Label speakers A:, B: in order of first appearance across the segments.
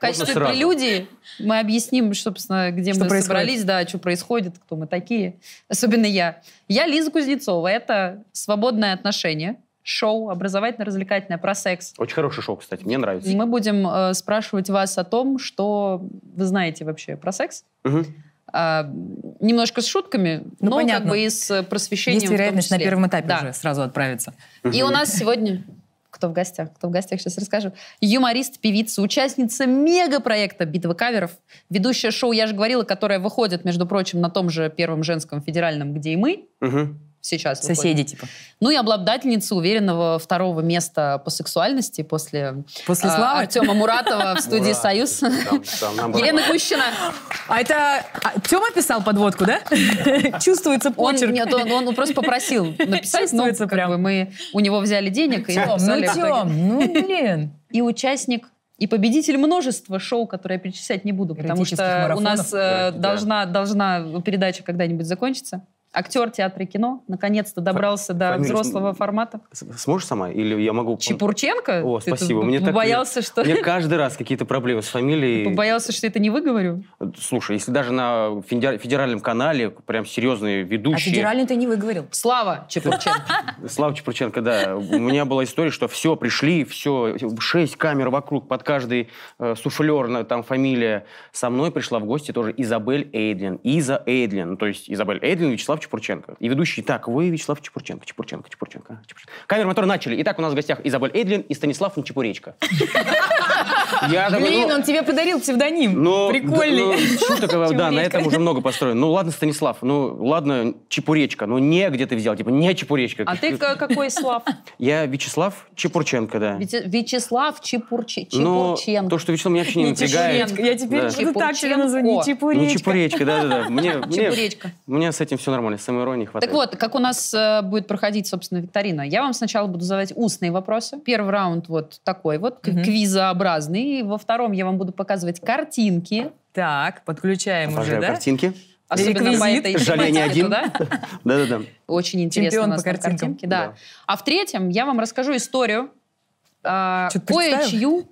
A: качестве
B: сразу.
A: прелюдии мы объясним, собственно, где
C: Что
A: мы
C: происходит.
A: собрались, да, что происходит, кто мы такие. Особенно я. Я Лиза Кузнецова. Это «Свободное отношение», шоу образовательно-развлекательное про секс.
B: Очень хороший шоу, кстати, мне нравится.
A: Мы будем э, спрашивать вас о том, что вы знаете вообще про секс.
B: Мгм.
A: А, немножко с шутками,
C: Ну,
A: но
C: понятно.
A: как бы и с просвещением. в
C: Есть
A: том
C: вероятность на
A: числе.
C: первом этапе
A: Да.
C: уже сразу отправиться.
A: И у нас сегодня... Кто в гостях? Кто в гостях? Сейчас расскажу. Юморист, певица, участница мегапроекта «Битва каверов», ведущая шоу «Я же говорила», которая выходит, между прочим, на том же первом женском федеральном, где и мы
B: Мгм.
A: сейчас выходит.
C: Соседи, типа.
A: Ну и обладательница уверенного второго места по сексуальности после, а,
C: После славы.
A: Артема Муратова в студии
B: Ура.
A: «Союз».
B: Там- там нам
A: Елена
B: было-
A: Гущина.
C: А это Тема писал подводку, да? Чувствуется
A: Он,
C: почерк.
A: нет, он, он просто попросил написать, но
C: Чувствуется
A: как
C: прям.
A: бы мы у него взяли денег. И
C: Тём, ну
A: написали в итоге.
C: Тем, ну блин.
A: и участник, и победитель множества шоу, которые я перечислять не буду, потому
C: Эротических
A: что у
C: марафонов.
A: нас э,
B: Эротики, да.
A: должна, должна передача когда-нибудь закончиться. Актер театра и кино наконец-то добрался до
B: фамилию
A: взрослого
B: см-
A: формата.
B: С- Сможешь сама? Или я могу...
A: Чепурченко?
B: О,
A: Ты тут
B: спасибо. Мне так-
A: побоялся, что...
B: Мне каждый раз какие-то проблемы с фамилией.
A: Побоялся, что это не выговорю.
B: Слушай, если даже на федер- федеральном канале прям серьезные
C: А
B: ведущие...
C: федеральный ты не выговорил.
A: Слава Чепурченко.
B: Слава Чепурченко, да. У меня была история, что все, пришли, все, шесть камер вокруг, под каждый э, суфлер, на- там фамилия. Со мной пришла в гости тоже Изабель Эйдлин. Иза Эйдлин. Ну, То есть Изабель Эйдлин, Вячеслав Чепурченко. И ведущий, так, вы Вячеслав Чепурченко, Чепурченко, Чепурченко. а, Чепурченко». Камеры мотор начали. Итак, у нас в гостях Изабель Эйдлин и Станислав Нечепуречко. Я такой,
C: Блин,
B: ну,
C: он тебе подарил псевдоним.
B: ну,
C: Прикольный.
B: д- ну, шуток, э, да, на
C: Чебуречка.
B: этом уже много построено. Ну, ладно, Станислав, ну, ладно, Чепуречка, ну, не где ты взял, типа, не Чепуречка.
A: А ты к- какой Слав?
B: Я Вячеслав Чепурченко, да.
A: Вяче- Вячеслав Чепурче-
B: Но
A: Чепурченко.
B: Ну, то, что Вячеслав меня вообще не
C: Не
B: напрягает.
C: Чепуречко. Я теперь
B: ну, Да.
C: буду так тебя называть. Не
B: Ну,
C: Чепуречко.
B: Чепуречка, да-да-да. Мне, мне,
A: Чепуречка.
B: мне с этим все нормально, самоиронии хватает.
A: Так вот, как у нас э, будет проходить, собственно, викторина? Я вам сначала буду задавать устные вопросы. Первый раунд вот такой вот, к-
C: Мгм.
A: квизообразный. И во втором я вам буду показывать картинки.
C: Так, подключаем уже,
B: Обожаю
C: да?
B: картинки.
A: Особенно по
C: Реквизит.
A: этой
B: Жаль, я не
A: тематике,
B: один.
A: да?
B: Да-да-да.
A: Очень интересно у
C: Чемпион
A: нас
C: по
A: там
C: картинкам.
A: картинки. Да.
B: Да.
A: А в третьем я вам расскажу историю. а,
C: Чё-то
A: Кое-чью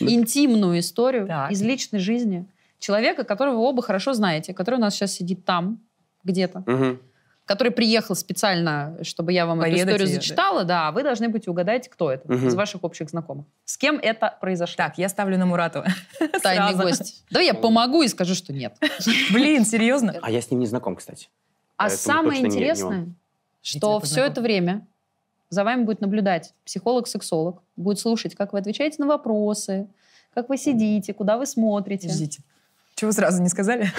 A: интимную историю
C: Так.
A: из личной жизни человека, которого вы оба хорошо знаете, который у нас сейчас сидит там где-то.
B: Мгм.
A: который приехал специально, чтобы я вам эту
C: Поведать
A: историю
C: её, да.
A: зачитала, да, а вы должны будете угадать, кто это
B: Мгм.
A: из ваших общих знакомых. С кем это произошло?
C: Так, я ставлю на Муратова.
A: Тайный
C: сразу.
A: гость. Давай я помогу и скажу, что нет.
C: Блин, серьезно?
B: А я с ним не знаком, кстати.
A: А
B: Поэтому
A: самое
B: точно не- не
A: интересное, что
C: Видите,
A: все это время за вами будет наблюдать психолог-сексолог, будет слушать, как вы отвечаете на вопросы, как вы сидите, куда вы смотрите.
C: Подождите. Чего сразу не сказали?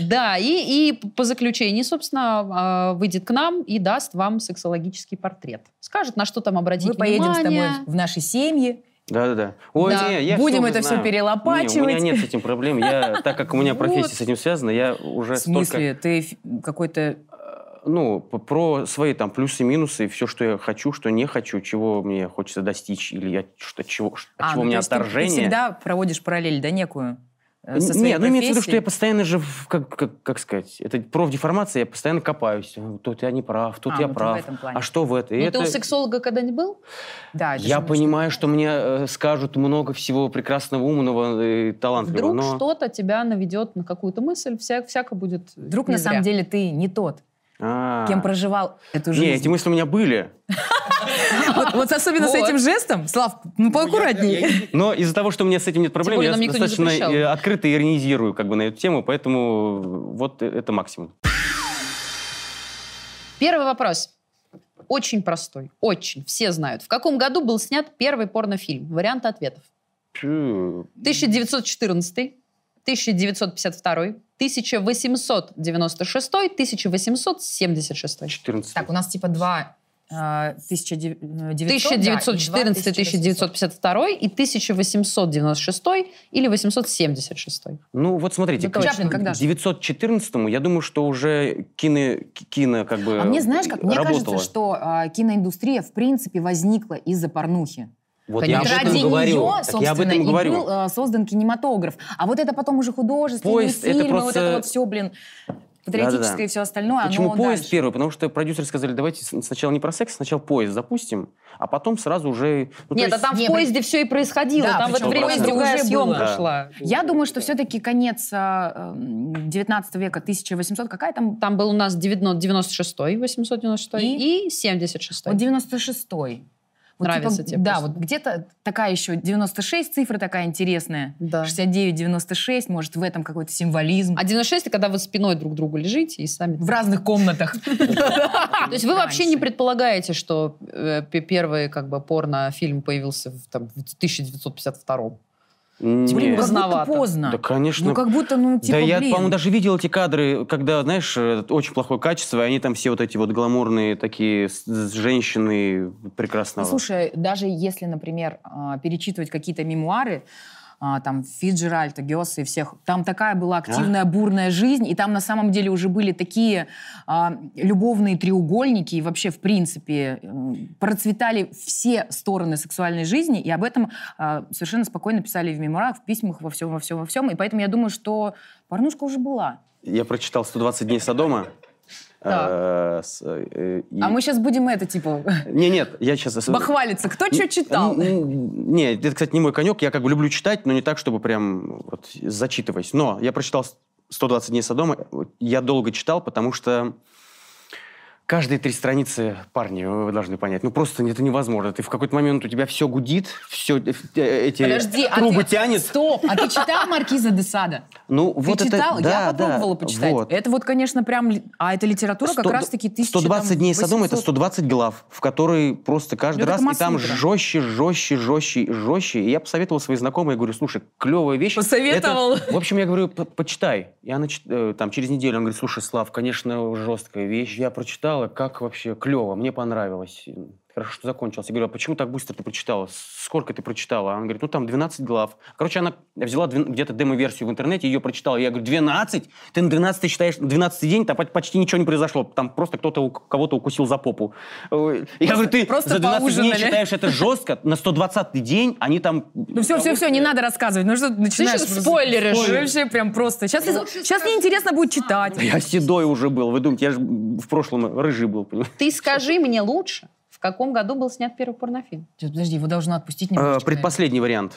A: Да, и, и по заключении, собственно, э, выйдет к нам и даст вам сексологический портрет. Скажет, на что там обратить
C: Мы поедем с
A: внимание.
C: тобой в наши семьи,
B: Да-да-да. Ой,
A: Да.
B: не, я
C: будем
B: уже
C: это все
B: знаю.
C: перелопачивать.
B: Не, у меня нет с этим проблем. Я, так как у меня профессия с этим связана, я уже
C: В
B: столько
C: смысле, ты ф- какой-то...
B: э, ну, п- про свои там плюсы, минусы, все, что я хочу, что не хочу, чего мне хочется достичь, или я что, чего, ш- от
C: А,
B: чего у
C: ну,
B: меня
C: то есть ты-
B: отторжение.
C: Ты всегда проводишь параллель, да, некую? э, Со своей
B: Не, ну имеется в виду, что я
C: профессией?
B: постоянно же, в- как, как, как сказать, это профдеформация, я постоянно копаюсь. Тут я не прав, тут
C: А,
B: я
C: ну ты в
B: прав.
C: этом плане.
B: А что в это? И
A: Ну,
B: это-
A: ты у сексолога когда-нибудь был?
C: Да, это же
B: Я
C: нужно.
B: понимаю, что мне э, скажут много всего прекрасного, умного и талантливого,
A: Вдруг
B: но...
A: что-то тебя наведет на какую-то мысль, вся, всяко будет.
C: Вдруг на самом деле ты не тот,
B: А.
C: кем проживал эту жизнь.
B: Не, эти мысли у меня были.
C: Вот, вот особенно с
A: Вот.
C: этим жестом, Слав, ну поаккуратней.
B: Но из-за того, что у меня с этим нет проблем,
A: более,
B: я
A: нам никто не
B: достаточно
A: запрещал.
B: э, открыто иронизирую как бы на эту тему, поэтому вот э, это максимум.
A: Первый вопрос. Очень простой. Очень. Все знают. В каком году был снят первый порнофильм? Варианты ответов.
B: Пью.
A: 1914, 1952, 1896, 1876.
B: 14.
C: Так, у нас типа два... э, 1900, да, и два
A: 1914, 1952 и 1896 или 876.
B: Ну, вот смотрите,
A: Ну,
B: к
A: Чаплин когда же?
B: 914-му, я думаю, что уже кино, к- кино как бы
C: А мне, знаешь, как мне
B: работало.
C: кажется, что а, киноиндустрия в принципе возникла из-за порнухи.
B: Вот
A: Я
C: Вот
A: об этом
C: ради
B: говорю.
C: нее,
B: Так
C: собственно,
B: я об этом и
C: и э,
B: говорю.
C: был а, создан кинематограф. А вот это потом уже художественные
B: Поезд это
C: фильмы, вот
B: просто-
C: это вот все, блин.
B: Да-да-да.
C: патриотическое и все остальное,
B: Почему
C: оно
B: поезд
C: дальше.
B: первый? Потому что продюсеры сказали, давайте с- сначала не про секс, сначала поезд запустим, а потом сразу уже... ну, то
A: Нет, а
B: есть-
A: там в
C: Не,
A: поезде все и происходило.
D: Да,
A: там в это
B: причем
A: время
B: просто
A: другая
D: другая
A: съемка
B: была.
A: шла.
C: Я думаю, что все-таки конец а, эм, 19 века, 1800, какая там?
A: Там был у нас 96 896 и, 76
C: Вот 96-й. Вот
A: Нравится
C: типа,
A: тебе
C: Да,
A: просто.
C: вот где-то такая еще 96, цифра такая интересная.
A: Да.
C: 69-96, может, в этом какой-то символизм.
A: А 96 это когда вы спиной друг к другу лежите и сами...
D: В разных комнатах.
A: То есть вы вообще не
C: Раньше.
A: предполагаете, что э, п- первый как бы порнофильм появился в, там, в 1952
C: Блин,
B: Нет.
C: типа, ну, как будто
A: Поздновато.
C: поздно.
B: Да, конечно.
C: Ну, как будто, ну, типа,
B: да я,
C: блин.
B: по-моему, даже видел эти кадры, когда, знаешь, э, очень плохое качество, и они там все вот эти вот гламурные такие с, с женщины
C: Ну,
B: прекрасного.
C: слушай, даже если, например, а, перечитывать какие-то мемуары, а, там, Фиджеральда, Гёса и всех, там такая была активная, бурная жизнь, и там на самом деле уже были такие а, любовные треугольники, и вообще, в принципе, м, процветали все стороны сексуальной жизни, и об этом а, совершенно спокойно писали в мемуарах, в письмах, во всем, во всем, во всем, и поэтому я думаю, что порнушка уже была.
B: Я прочитал «120 дней Содома».
A: Так.
B: Э, с, э, и-
C: А мы сейчас будем это, типа,
B: Не, нет, я сейчас...
C: бахвалиться, кто
B: ну,
C: что читал.
B: Не, это, кстати, не мой конек. Я как бы люблю читать, но не так, чтобы прям вот, зачитываясь. Но я прочитал 120 дней Содома. Я долго читал, потому что каждые три страницы, парни, вы должны понять, ну просто это невозможно. Ты в какой-то момент у тебя все гудит, все эти
C: Подожди, а
B: трубы
C: ты-
B: тянет.
C: Стоп, а ты читал «Маркиза де Сада»?
B: Ну,
C: Ты
B: вот это-
C: читал?
B: да,
C: я попробовала
B: да,
C: почитать.
B: вот.
C: Это вот, конечно, прям... ли- А это литература как
B: Сто-
C: раз-таки 1000...
B: 120
C: там,
B: дней Содома это
C: 800.
B: 120 глав, в которые просто каждый
C: Ну, это
B: раз, и там
C: Камасутра.
B: жестче, жестче, жестче, жестче. И я посоветовал своей знакомой, говорю, слушай, клевая вещь.
D: Посоветовал.
B: Это- в общем, я говорю, «По- почитай. И она чит- э, там через неделю, он говорит, слушай, Слав, конечно, жесткая вещь. Я прочитала, как вообще клево, мне понравилось. Хорошо, что закончилось. Я говорю, а почему так быстро ты прочитала? Сколько ты прочитала? Она говорит, ну там 12 глав. Короче, она взяла двен- где-то демо-версию в интернете, ее прочитала. Я говорю, 12? Ты на 12 считаешь, на 12 день там поч- почти ничего не произошло. Там просто кто-то у кого-то укусил за попу. Э, Я говорю, ты
D: просто
B: за 12 дней
D: поужинали».
B: считаешь это жестко, на 120 день они там...
D: Ну все, все, все, не надо рассказывать. Ну что ты начинаешь?
A: сейчас
D: просто-
A: спойлеришь.
D: Спойлер. Вообще прям просто. Сейчас, сейчас неинтересно будет
C: А,
D: читать.
B: Я седой уже был, вы думаете, я же в прошлом рыжий был. понимаете?
A: Ты скажи мне лучше, в каком году был снят первый порнофильм?
C: Сейчас, Подожди, его должна отпустить
D: ну,
B: Э,
C: немножечко.
B: Предпоследний вариант.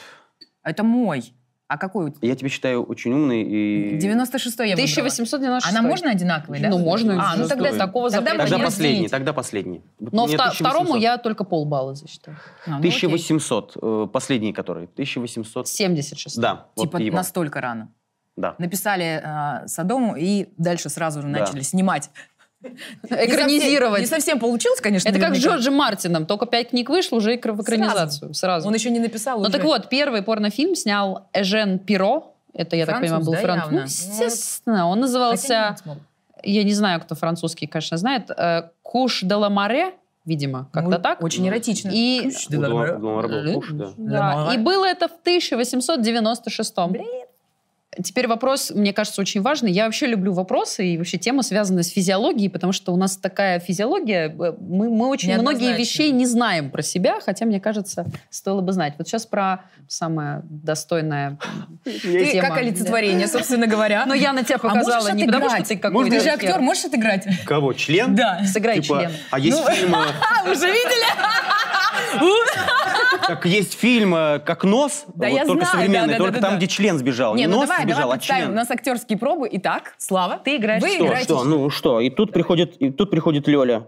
C: Это мой. А какой у тебя?
B: Я тебя считаю очень умный и...
C: 96-й я выбрала.
A: 1896.
C: Она можно одинаковый, да?
A: Ну, можно.
C: А, ну
B: что
C: тогда...
B: вы.
A: такого
C: Тогда
A: запрета
B: Тогда
A: нет.
C: последний.
B: последний, тогда последний. Вот
A: Но
B: мне
A: вта-
B: 1800.
A: второму я только полбалла засчитаю.
C: А, ну окей.
B: 1800, э, последний который. 1800.
A: 76.
B: Да, вот
C: Типа
B: его.
C: настолько рано.
B: Да.
C: Написали а, Содому и дальше сразу же
B: Да.
C: начали снимать.
A: Экранизировать.
C: Не совсем, не совсем получилось, конечно.
A: Это как с
C: наверняка.
A: Джорджем Мартином. Только пять книг вышло, уже и в экранизацию. Сразу.
D: Он еще не написал.
A: Ну
D: уже.
A: так вот, первый порнофильм снял Эжен Пиро. Это, я так
C: Француз,
A: понимаю, был
C: да,
A: француз.
C: явно?
A: Ну, естественно. Он назывался...
C: Хотя не смог.
A: Я не знаю, кто французский, конечно, знает. э, Куш де ла Маре, видимо, как-то
C: Ну,
A: так.
C: Очень эротично.
A: И-
C: Кыш, да,
B: Углом-
C: да, да.
B: углом работал, уж, да.
A: Да,
D: Ла
A: и
D: Маре.
A: было это в 1896 Теперь вопрос, мне кажется, очень важный. Я вообще люблю вопросы и вообще темы, связанные с физиологией, потому что у нас такая физиология, э, мы, мы очень многие
C: Неоднозначно.
A: вещей не знаем про себя, хотя, мне кажется, стоило бы знать. Вот сейчас про самое достойное.
D: Ты
A: тема.
D: как олицетворение, собственно говоря.
A: Но я на тебя показала
C: А можешь
A: не потому, что
C: отыграть?
A: ты
B: Можно
A: какой-то...
C: Ты же
A: актер.
C: актер, можешь отыграть?
B: Кого? Член?
D: Да.
A: Сыграй
B: Типа,
A: член.
B: а есть фильм, э,
D: А, вы же видели?
B: как есть фильм, э, как нос,
D: Да,
B: вот
D: я
B: только
D: знаю,
B: современный,
D: да-да-да-да-да.
B: только там, где член сбежал.
D: Не, ну
B: нос
D: давай,
B: сбежал,
D: давай
B: а член.
D: представим. У нас актерские пробы. Итак, Слава,
A: Ты играешь
D: Вы
A: в
B: Что,
D: играете.
B: что, ну что, и тут приходит, и тут приходит Лёля.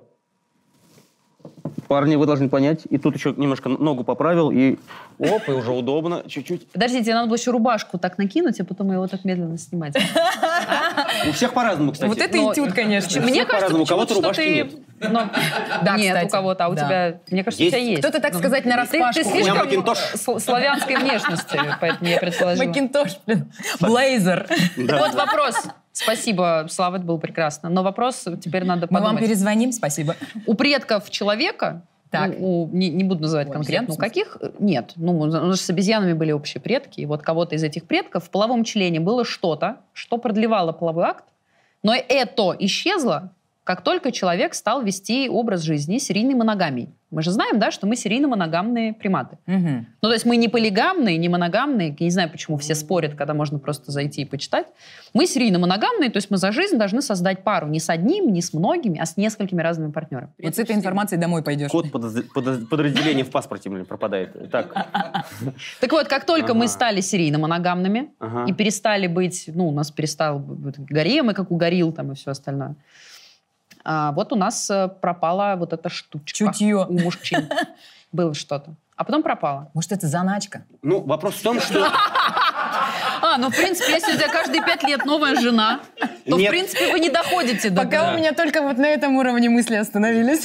B: Парни, вы должны понять, и тут еще немножко ногу поправил, и оп, и уже удобно, чуть-чуть.
A: Подождите, надо было еще рубашку так накинуть, а потом его так медленно снимать.
B: У всех по-разному, кстати.
D: Вот это
C: Ну,
A: но-
D: этюд, конечно.
A: Мне кажется,
B: по-разному, у кого-то
A: почему-то, что
B: рубашки
A: ты... Но-
C: Да,
A: нет
C: кстати.
A: у кого-то, а у
C: Да.
A: тебя, мне кажется,
B: Есть.
A: у тебя есть. Ну,
C: Кто-то, так сказать, на
A: Ты, ты
C: распашку.
A: слишком
B: меня макинтош.
A: сл- славянской внешности, поэтому я предположила.
D: Макинтош, блин. Блейзер.
A: Вот вопрос. Спасибо, Слава, это было прекрасно. Но вопрос теперь надо
C: Мы вам
A: подумать.
C: перезвоним, спасибо.
A: У предков человека,
C: Так.
A: Ну, у- у- не, не буду называть
C: У обезьян,
A: конкретно, у
C: в смысле?
A: каких, э, нет. Ну, у нас же с обезьянами были общие предки, и вот кого-то из этих предков в половом члене было что-то, что продлевало половой акт, но это исчезло, как только человек стал вести образ жизни серийной моногамии. Мы же знаем, да, что мы серийно-моногамные приматы.
C: Мгм.
A: Ну, то есть мы не полигамные, не моногамные. Я не знаю, почему все спорят, когда можно просто зайти и почитать. Мы серийно-моногамные, то есть мы за жизнь должны создать пару не с одним, не с многими, а с несколькими разными партнерами.
C: Вот с этой информацией домой пойдешь.
B: Ну, Код подоз- подоз- подразделения в паспорте блин, пропадает. Так,
A: Так вот, как только мы
B: Ага.
A: стали серийно-моногамными,
B: ага.
A: и перестали быть, ну, у нас перестал быть гаремы, как у горилл, там, и все остальное. А вот у нас э, пропала вот эта штучка.
C: Чутье.
A: У мужчин было что-то. А потом пропало.
C: Может, это заначка?
B: Ну, вопрос в том, что...
A: А, ну, в принципе, если у тебя каждые пять лет новая жена, то, в
B: Нет.
A: принципе, вы не доходите до...
C: Пока
B: Да.
C: у меня только вот на этом уровне мысли остановились.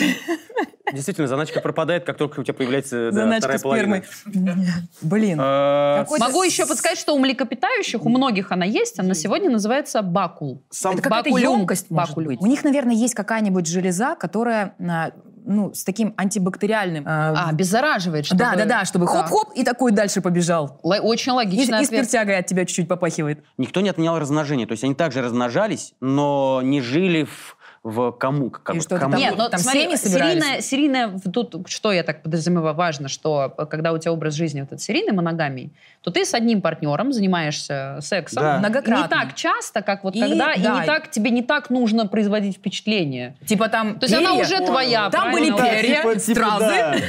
B: Действительно, заначка пропадает, как только у тебя появляется да, вторая
C: Заначка спермы.
B: половина.
C: Блин.
B: Э,
C: Какой-то
A: Могу еще подсказать, что у млекопитающих, у многих она есть, она сегодня называется бакул.
B: сам-
C: Это какая-то
A: Бакулюм.
C: емкость может
A: Бакулюм.
C: быть. У них, наверное, есть какая-нибудь железа, которая а, ну, с таким антибактериальным... э,
A: А, обеззараживает, чтобы...
C: да, да, да, чтобы хоп-хоп, и такой дальше побежал.
A: Л- Очень
C: И,
A: логичный
C: и
A: ответ.
C: спиртягой от тебя чуть-чуть попахивает.
B: Никто не отменял размножение. То есть они также размножались, но не жили в, в кому. Как
C: И
B: бы,
C: что-то
B: кому.
C: там
A: Нет,
C: было.
A: но
C: Там
A: смотри,
C: семьи собирались?
A: серийная, серийная, в- тут что я так подразумеваю, важно, что э, когда у тебя образ жизни вот этот серийный моногамий, то ты с одним партнером занимаешься сексом.
B: Да.
C: Многократно.
A: Не так часто, как вот
C: И-
A: когда, и
C: да.
A: не так, тебе не так нужно производить впечатление.
C: Типа там
A: То есть она
C: перья.
A: уже твоя,
C: Там были
A: правильно?
C: перья.
B: типа,
C: стразы.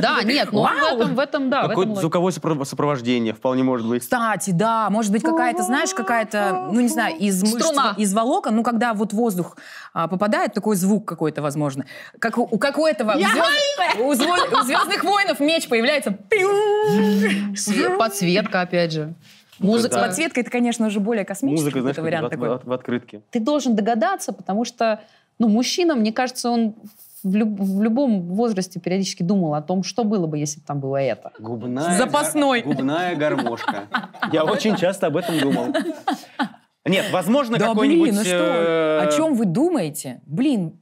A: Да, нет, ну в этом, в этом, да, в этом
B: Какое-то
A: логика.
B: звуковое сопро- сопровождение вполне может быть.
C: Кстати, да, может быть, какая-то, знаешь, какая-то, ну, не знаю, из мышц,
A: Струна.
C: из волокон, ну, когда вот воздух а, попадает, такой звук какой-то, возможно. Как у, у- как у этого, в
A: Я
C: «Звёзд- у, «Звё- у «Звездных воинов» меч появляется. Пиу!
A: Све- Подсветка, опять же. Музыка.
B: Да.
C: Подсветка, это, конечно, уже более космический
B: Музыка, знаешь,
C: какой-то
B: как
C: вариант
B: в,
C: такой.
B: от- в открытке.
A: Ты должен догадаться, потому что, ну, мужчина, мне кажется, он в, люб- в любом возрасте периодически думал о том, что было бы, если бы там было это.
B: Губная,
C: Запасной.
B: гар- Губная гармошка. Я очень часто об этом думал. Нет, возможно,
C: Да
B: какой-нибудь...
C: блин, ну что,
B: э,
C: о чем вы думаете? Блин,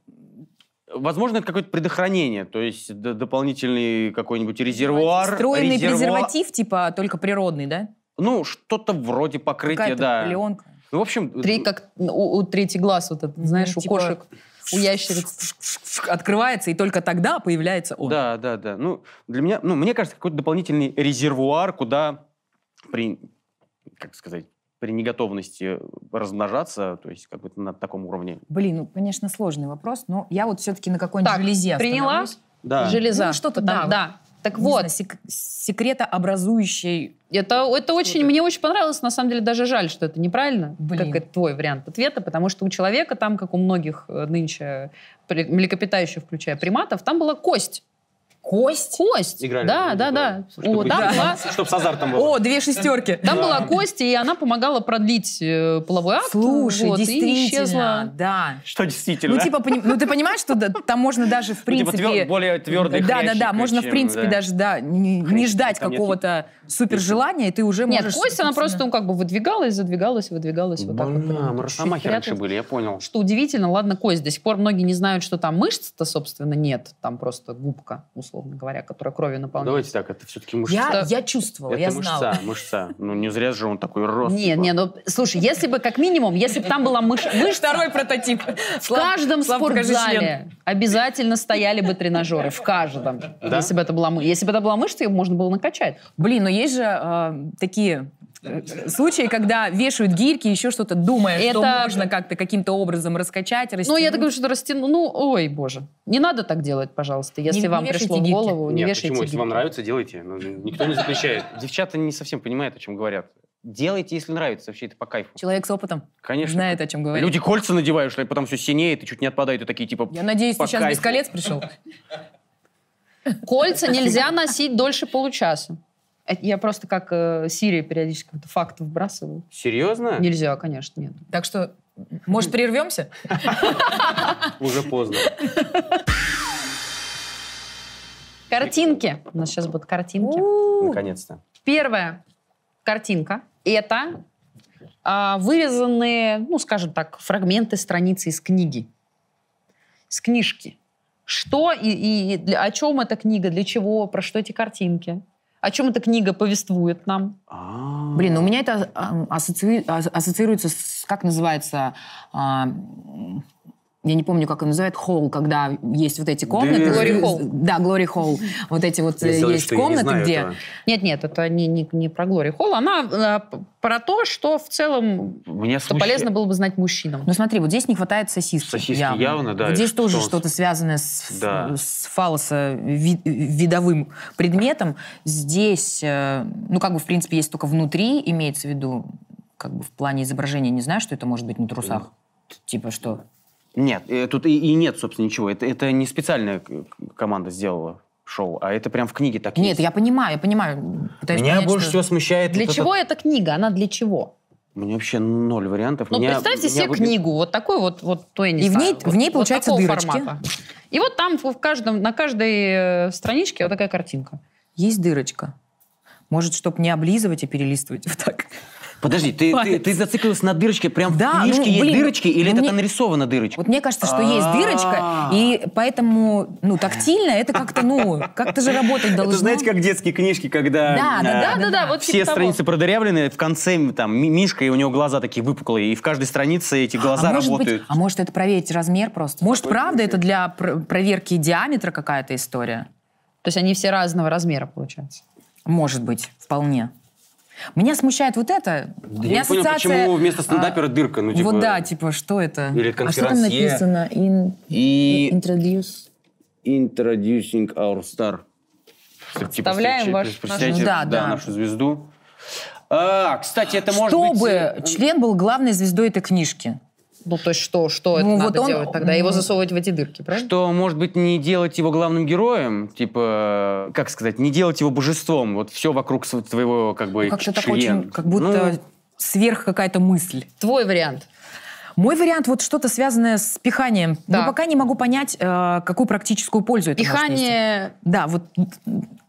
B: Возможно, это какое-то предохранение, то есть д- дополнительный какой-нибудь резервуар.
C: встроенный
B: резервуа-
C: презерватив, типа, только природный, да?
B: Ну, что-то вроде покрытия,
C: Какая-то
B: да.
C: пленка.
B: Ну, в общем,
A: Три, как ну, у, у третий глаз, вот этот, знаешь, у
C: типа-
A: кошек, у ящериц.
C: Открывается, и только тогда появляется он.
B: Да, да, да. Ну, для меня, ну, мне кажется, какой-то дополнительный резервуар, куда при, как сказать, при неготовности размножаться, то есть как бы на таком уровне.
C: Блин, ну, конечно, сложный вопрос, но я вот все-таки на какой-нибудь
A: Так,
C: железе
A: приняла
C: остановлюсь.
B: Да.
A: железа.
C: Ну, что-то
A: Потому-
C: да,
A: да. Так
C: Не
A: вот,
C: знаю, сек- секретообразующий.
A: это, это очень, мне очень понравилось, на самом деле даже жаль, что это неправильно,
C: Блин.
A: как это твой вариант ответа, потому что у человека там, как у многих э, нынче при- млекопитающих, включая приматов, там была кость. Кость? Кость.
B: Играли,
A: да,
B: ну,
A: да, да.
B: такое, чтобы
A: О, там
B: играть.
A: была,
B: типа, Чтоб с азартом было.
C: О, две шестерки.
A: там была кость, и она помогала продлить э, половой акт.
C: Слушай,
A: вот, и
C: действительно,
A: исчезла.
C: да.
B: Что действительно.
C: Ну, типа, пони- ну, ты понимаешь, что да, там можно даже, в
B: Ну, типа,
C: принципе...
B: твер- более твердый
C: Да, да, да,
B: хрящик,
C: можно, в
B: чем,
C: принципе,
B: ну, да.
C: даже, да, не, не
B: Хрящик,
C: ждать
B: там нет-
C: какого-то супержелания, и ты уже
A: Нет,
C: можешь...
A: кость, она просто
C: собственно,
A: ну, как бы выдвигалась, задвигалась, выдвигалась. вот так вот
B: Блин,
A: прям.
B: мы росомахи раньше
A: Пряталась.
B: были, я понял.
A: Что удивительно, ладно, кость. До сих пор многие не знают, что там мышц-то, собственно, нет. Там просто губка, условно говоря, которая кровью наполняет.
B: Давайте так, это все-таки
C: Я,
B: мышца.
C: я чувствовала,
B: это
C: я
B: мышца,
C: знала.
B: мышца. Ну, не зря же он такой рос.
A: Не,
B: типа.
A: не, ну, слушай, если бы, как минимум, если бы там была мыш- мышца,
C: Второй прототип.
A: в каждом
C: Слав, покажи
A: спортзале обязательно стояли бы тренажеры. В каждом.
B: Да?
A: Если бы это была мышца. Если бы это была мышца, ее можно было накачать.
C: Блин, но есть же э, такие э, случаи, когда вешают гирьки, еще что-то, думая, что
A: Это-
C: можно как-то каким-то образом раскачать, растянуть.
A: Ну, я так говорю, что растяну. Ну, ой, боже. Не надо так делать, пожалуйста, если
C: не
A: вам
C: вешайте
A: пришло в
C: гирьки.
A: голову. Не
B: Нет,
A: вешайте
B: почему? Если вам
A: гирьки.
B: нравится, делайте. Ну, никто не запрещает. Девчата не совсем понимают, о чем говорят. Делайте, если нравится. Вообще это по кайфу.
C: Человек с опытом
B: Конечно.
C: знает, о чем говорит.
B: Люди кольца надевают, что ли, потом все синеет и чуть не отпадает. И такие, типа,
C: Я надеюсь,
B: по
C: ты сейчас без
B: кайфу.
C: колец пришел.
A: Кольца нельзя носить дольше получаса. Это Я просто как э, Сирия периодически какой-то факт вбрасываю.
B: серьезно?
A: Нельзя, конечно, нет.
C: Так что, может, прервемся?
B: Уже поздно.
A: Картинки. У нас сейчас будут картинки.
B: Наконец-то.
A: Первая картинка — это а, вырезанные, ну, скажем так, фрагменты страницы из книги. С книжки. Что и, и для- о чем эта книга, для чего, про что эти картинки? О чем эта книга повествует нам?
C: Блин, ну у меня это а, ассоци- а- ассоциируется с, как называется, а, м, я не помню, как ее называют, холл, когда есть вот эти комнаты.
A: Glory Hall.
C: Да, Глори Холл. Вот эти вот
B: Я
C: э,
B: сделаю,
C: есть
B: что я не
C: комнаты,
B: знаю
C: где...
B: этого.
A: Нет-нет, это не, не, не про Глори Холл. Она э, про то, что в целом
B: Меня
A: что полезно было бы знать мужчинам.
C: Ну смотри, вот здесь не хватает сосиски.
B: Сосиски явно, да,
C: Вот
B: и
C: здесь
B: что
C: тоже
B: он-
C: что-то связанное с,
B: Да.
C: с фалоса ви- видовым предметом. Здесь, э, ну как бы в принципе есть только внутри, имеется в виду, как бы в плане изображения, не знаю, что это может быть на трусах. Типа что?
B: Нет, э, тут и, и нет, собственно, ничего. Это, это не специальная к- к- команда сделала шоу, а это прям в книге так
C: Нет,
B: есть.
C: я понимаю, я понимаю. Пытаюсь
B: Меня
C: понять,
B: больше
C: что-
B: всего смущает...
A: Для
B: вот это-
A: чего эта книга? Она для чего?
B: Мне вообще ноль вариантов.
A: Ну,
B: Меня-
A: представьте
B: меня
A: себе
B: вот-
A: книгу, вот такой вот, вот теннис.
C: И в ней-
A: вот-
C: в ней
A: вот
C: получаются
A: такого
C: дырочки.
A: И вот там в в каждом, на каждой э, страничке вот такая картинка.
C: Есть дырочка. Может, чтобы не облизывать, а перелистывать вот так.
B: Подожди, ты, ты,
C: Палец.
B: ты зацикливалась на дырочке. Прям
C: Да,
B: в книжке
C: ну,
B: есть
C: блин,
B: дырочки или
C: ну,
B: это
C: мне-
B: там нарисована дырочка?
C: Вот мне кажется, что есть
B: А-а-а. Э.
C: дырочка, и поэтому, ну, тактильно это как-то, ну, как-то же работать должно.
B: Это знаете, как детские книжки, когда
C: Да, да,
B: э,
C: да,
A: Да-да-да, вот
B: все
A: типа того.
B: страницы продырявлены, в конце там ми- Мишка, и у него глаза такие выпуклые, и в каждой странице эти глаза
C: а может
B: работают.
C: Быть, а может это проверить размер просто? Может, правда это для пр- проверки диаметра какая-то история?
A: То есть они все разного размера, получается.
C: Может быть, вполне. Меня смущает вот это.
B: Да
C: У меня
B: я не понял,
C: ассоциация,
B: почему вместо
C: а,
B: стендапера дырка, ну, типа-
C: Вот да, типа, что это?
B: Или
C: а что там
B: конферансье.
C: написано? In-
B: И
C: introduce.
B: Introducing Our Star. Типа,
A: Представляем
B: встреча-
A: ваш-
B: представляете,
C: нашу- Да,
B: да,
C: да.
B: нашу звезду. А, кстати, это может быть... э,
C: Чтобы член был главной звездой этой книжки.
A: Ну, то есть что, что это
C: Ну,
A: надо
C: вот он-
A: делать тогда? Его
C: ну,
A: засовывать в эти дырки, правильно?
B: Что, может быть, не делать его главным героем, типа, как сказать, не делать его божеством, вот все вокруг св- твоего, как бы,
C: Ну, Как-то так
B: член.
C: очень, как будто
B: Ну,
C: сверх какая-то мысль.
A: Твой вариант.
C: Мой вариант вот что-то связанное с пиханием.
A: Да.
C: Но пока не могу понять, э, какую практическую пользу это может нести.
A: Пихание...
C: Да, вот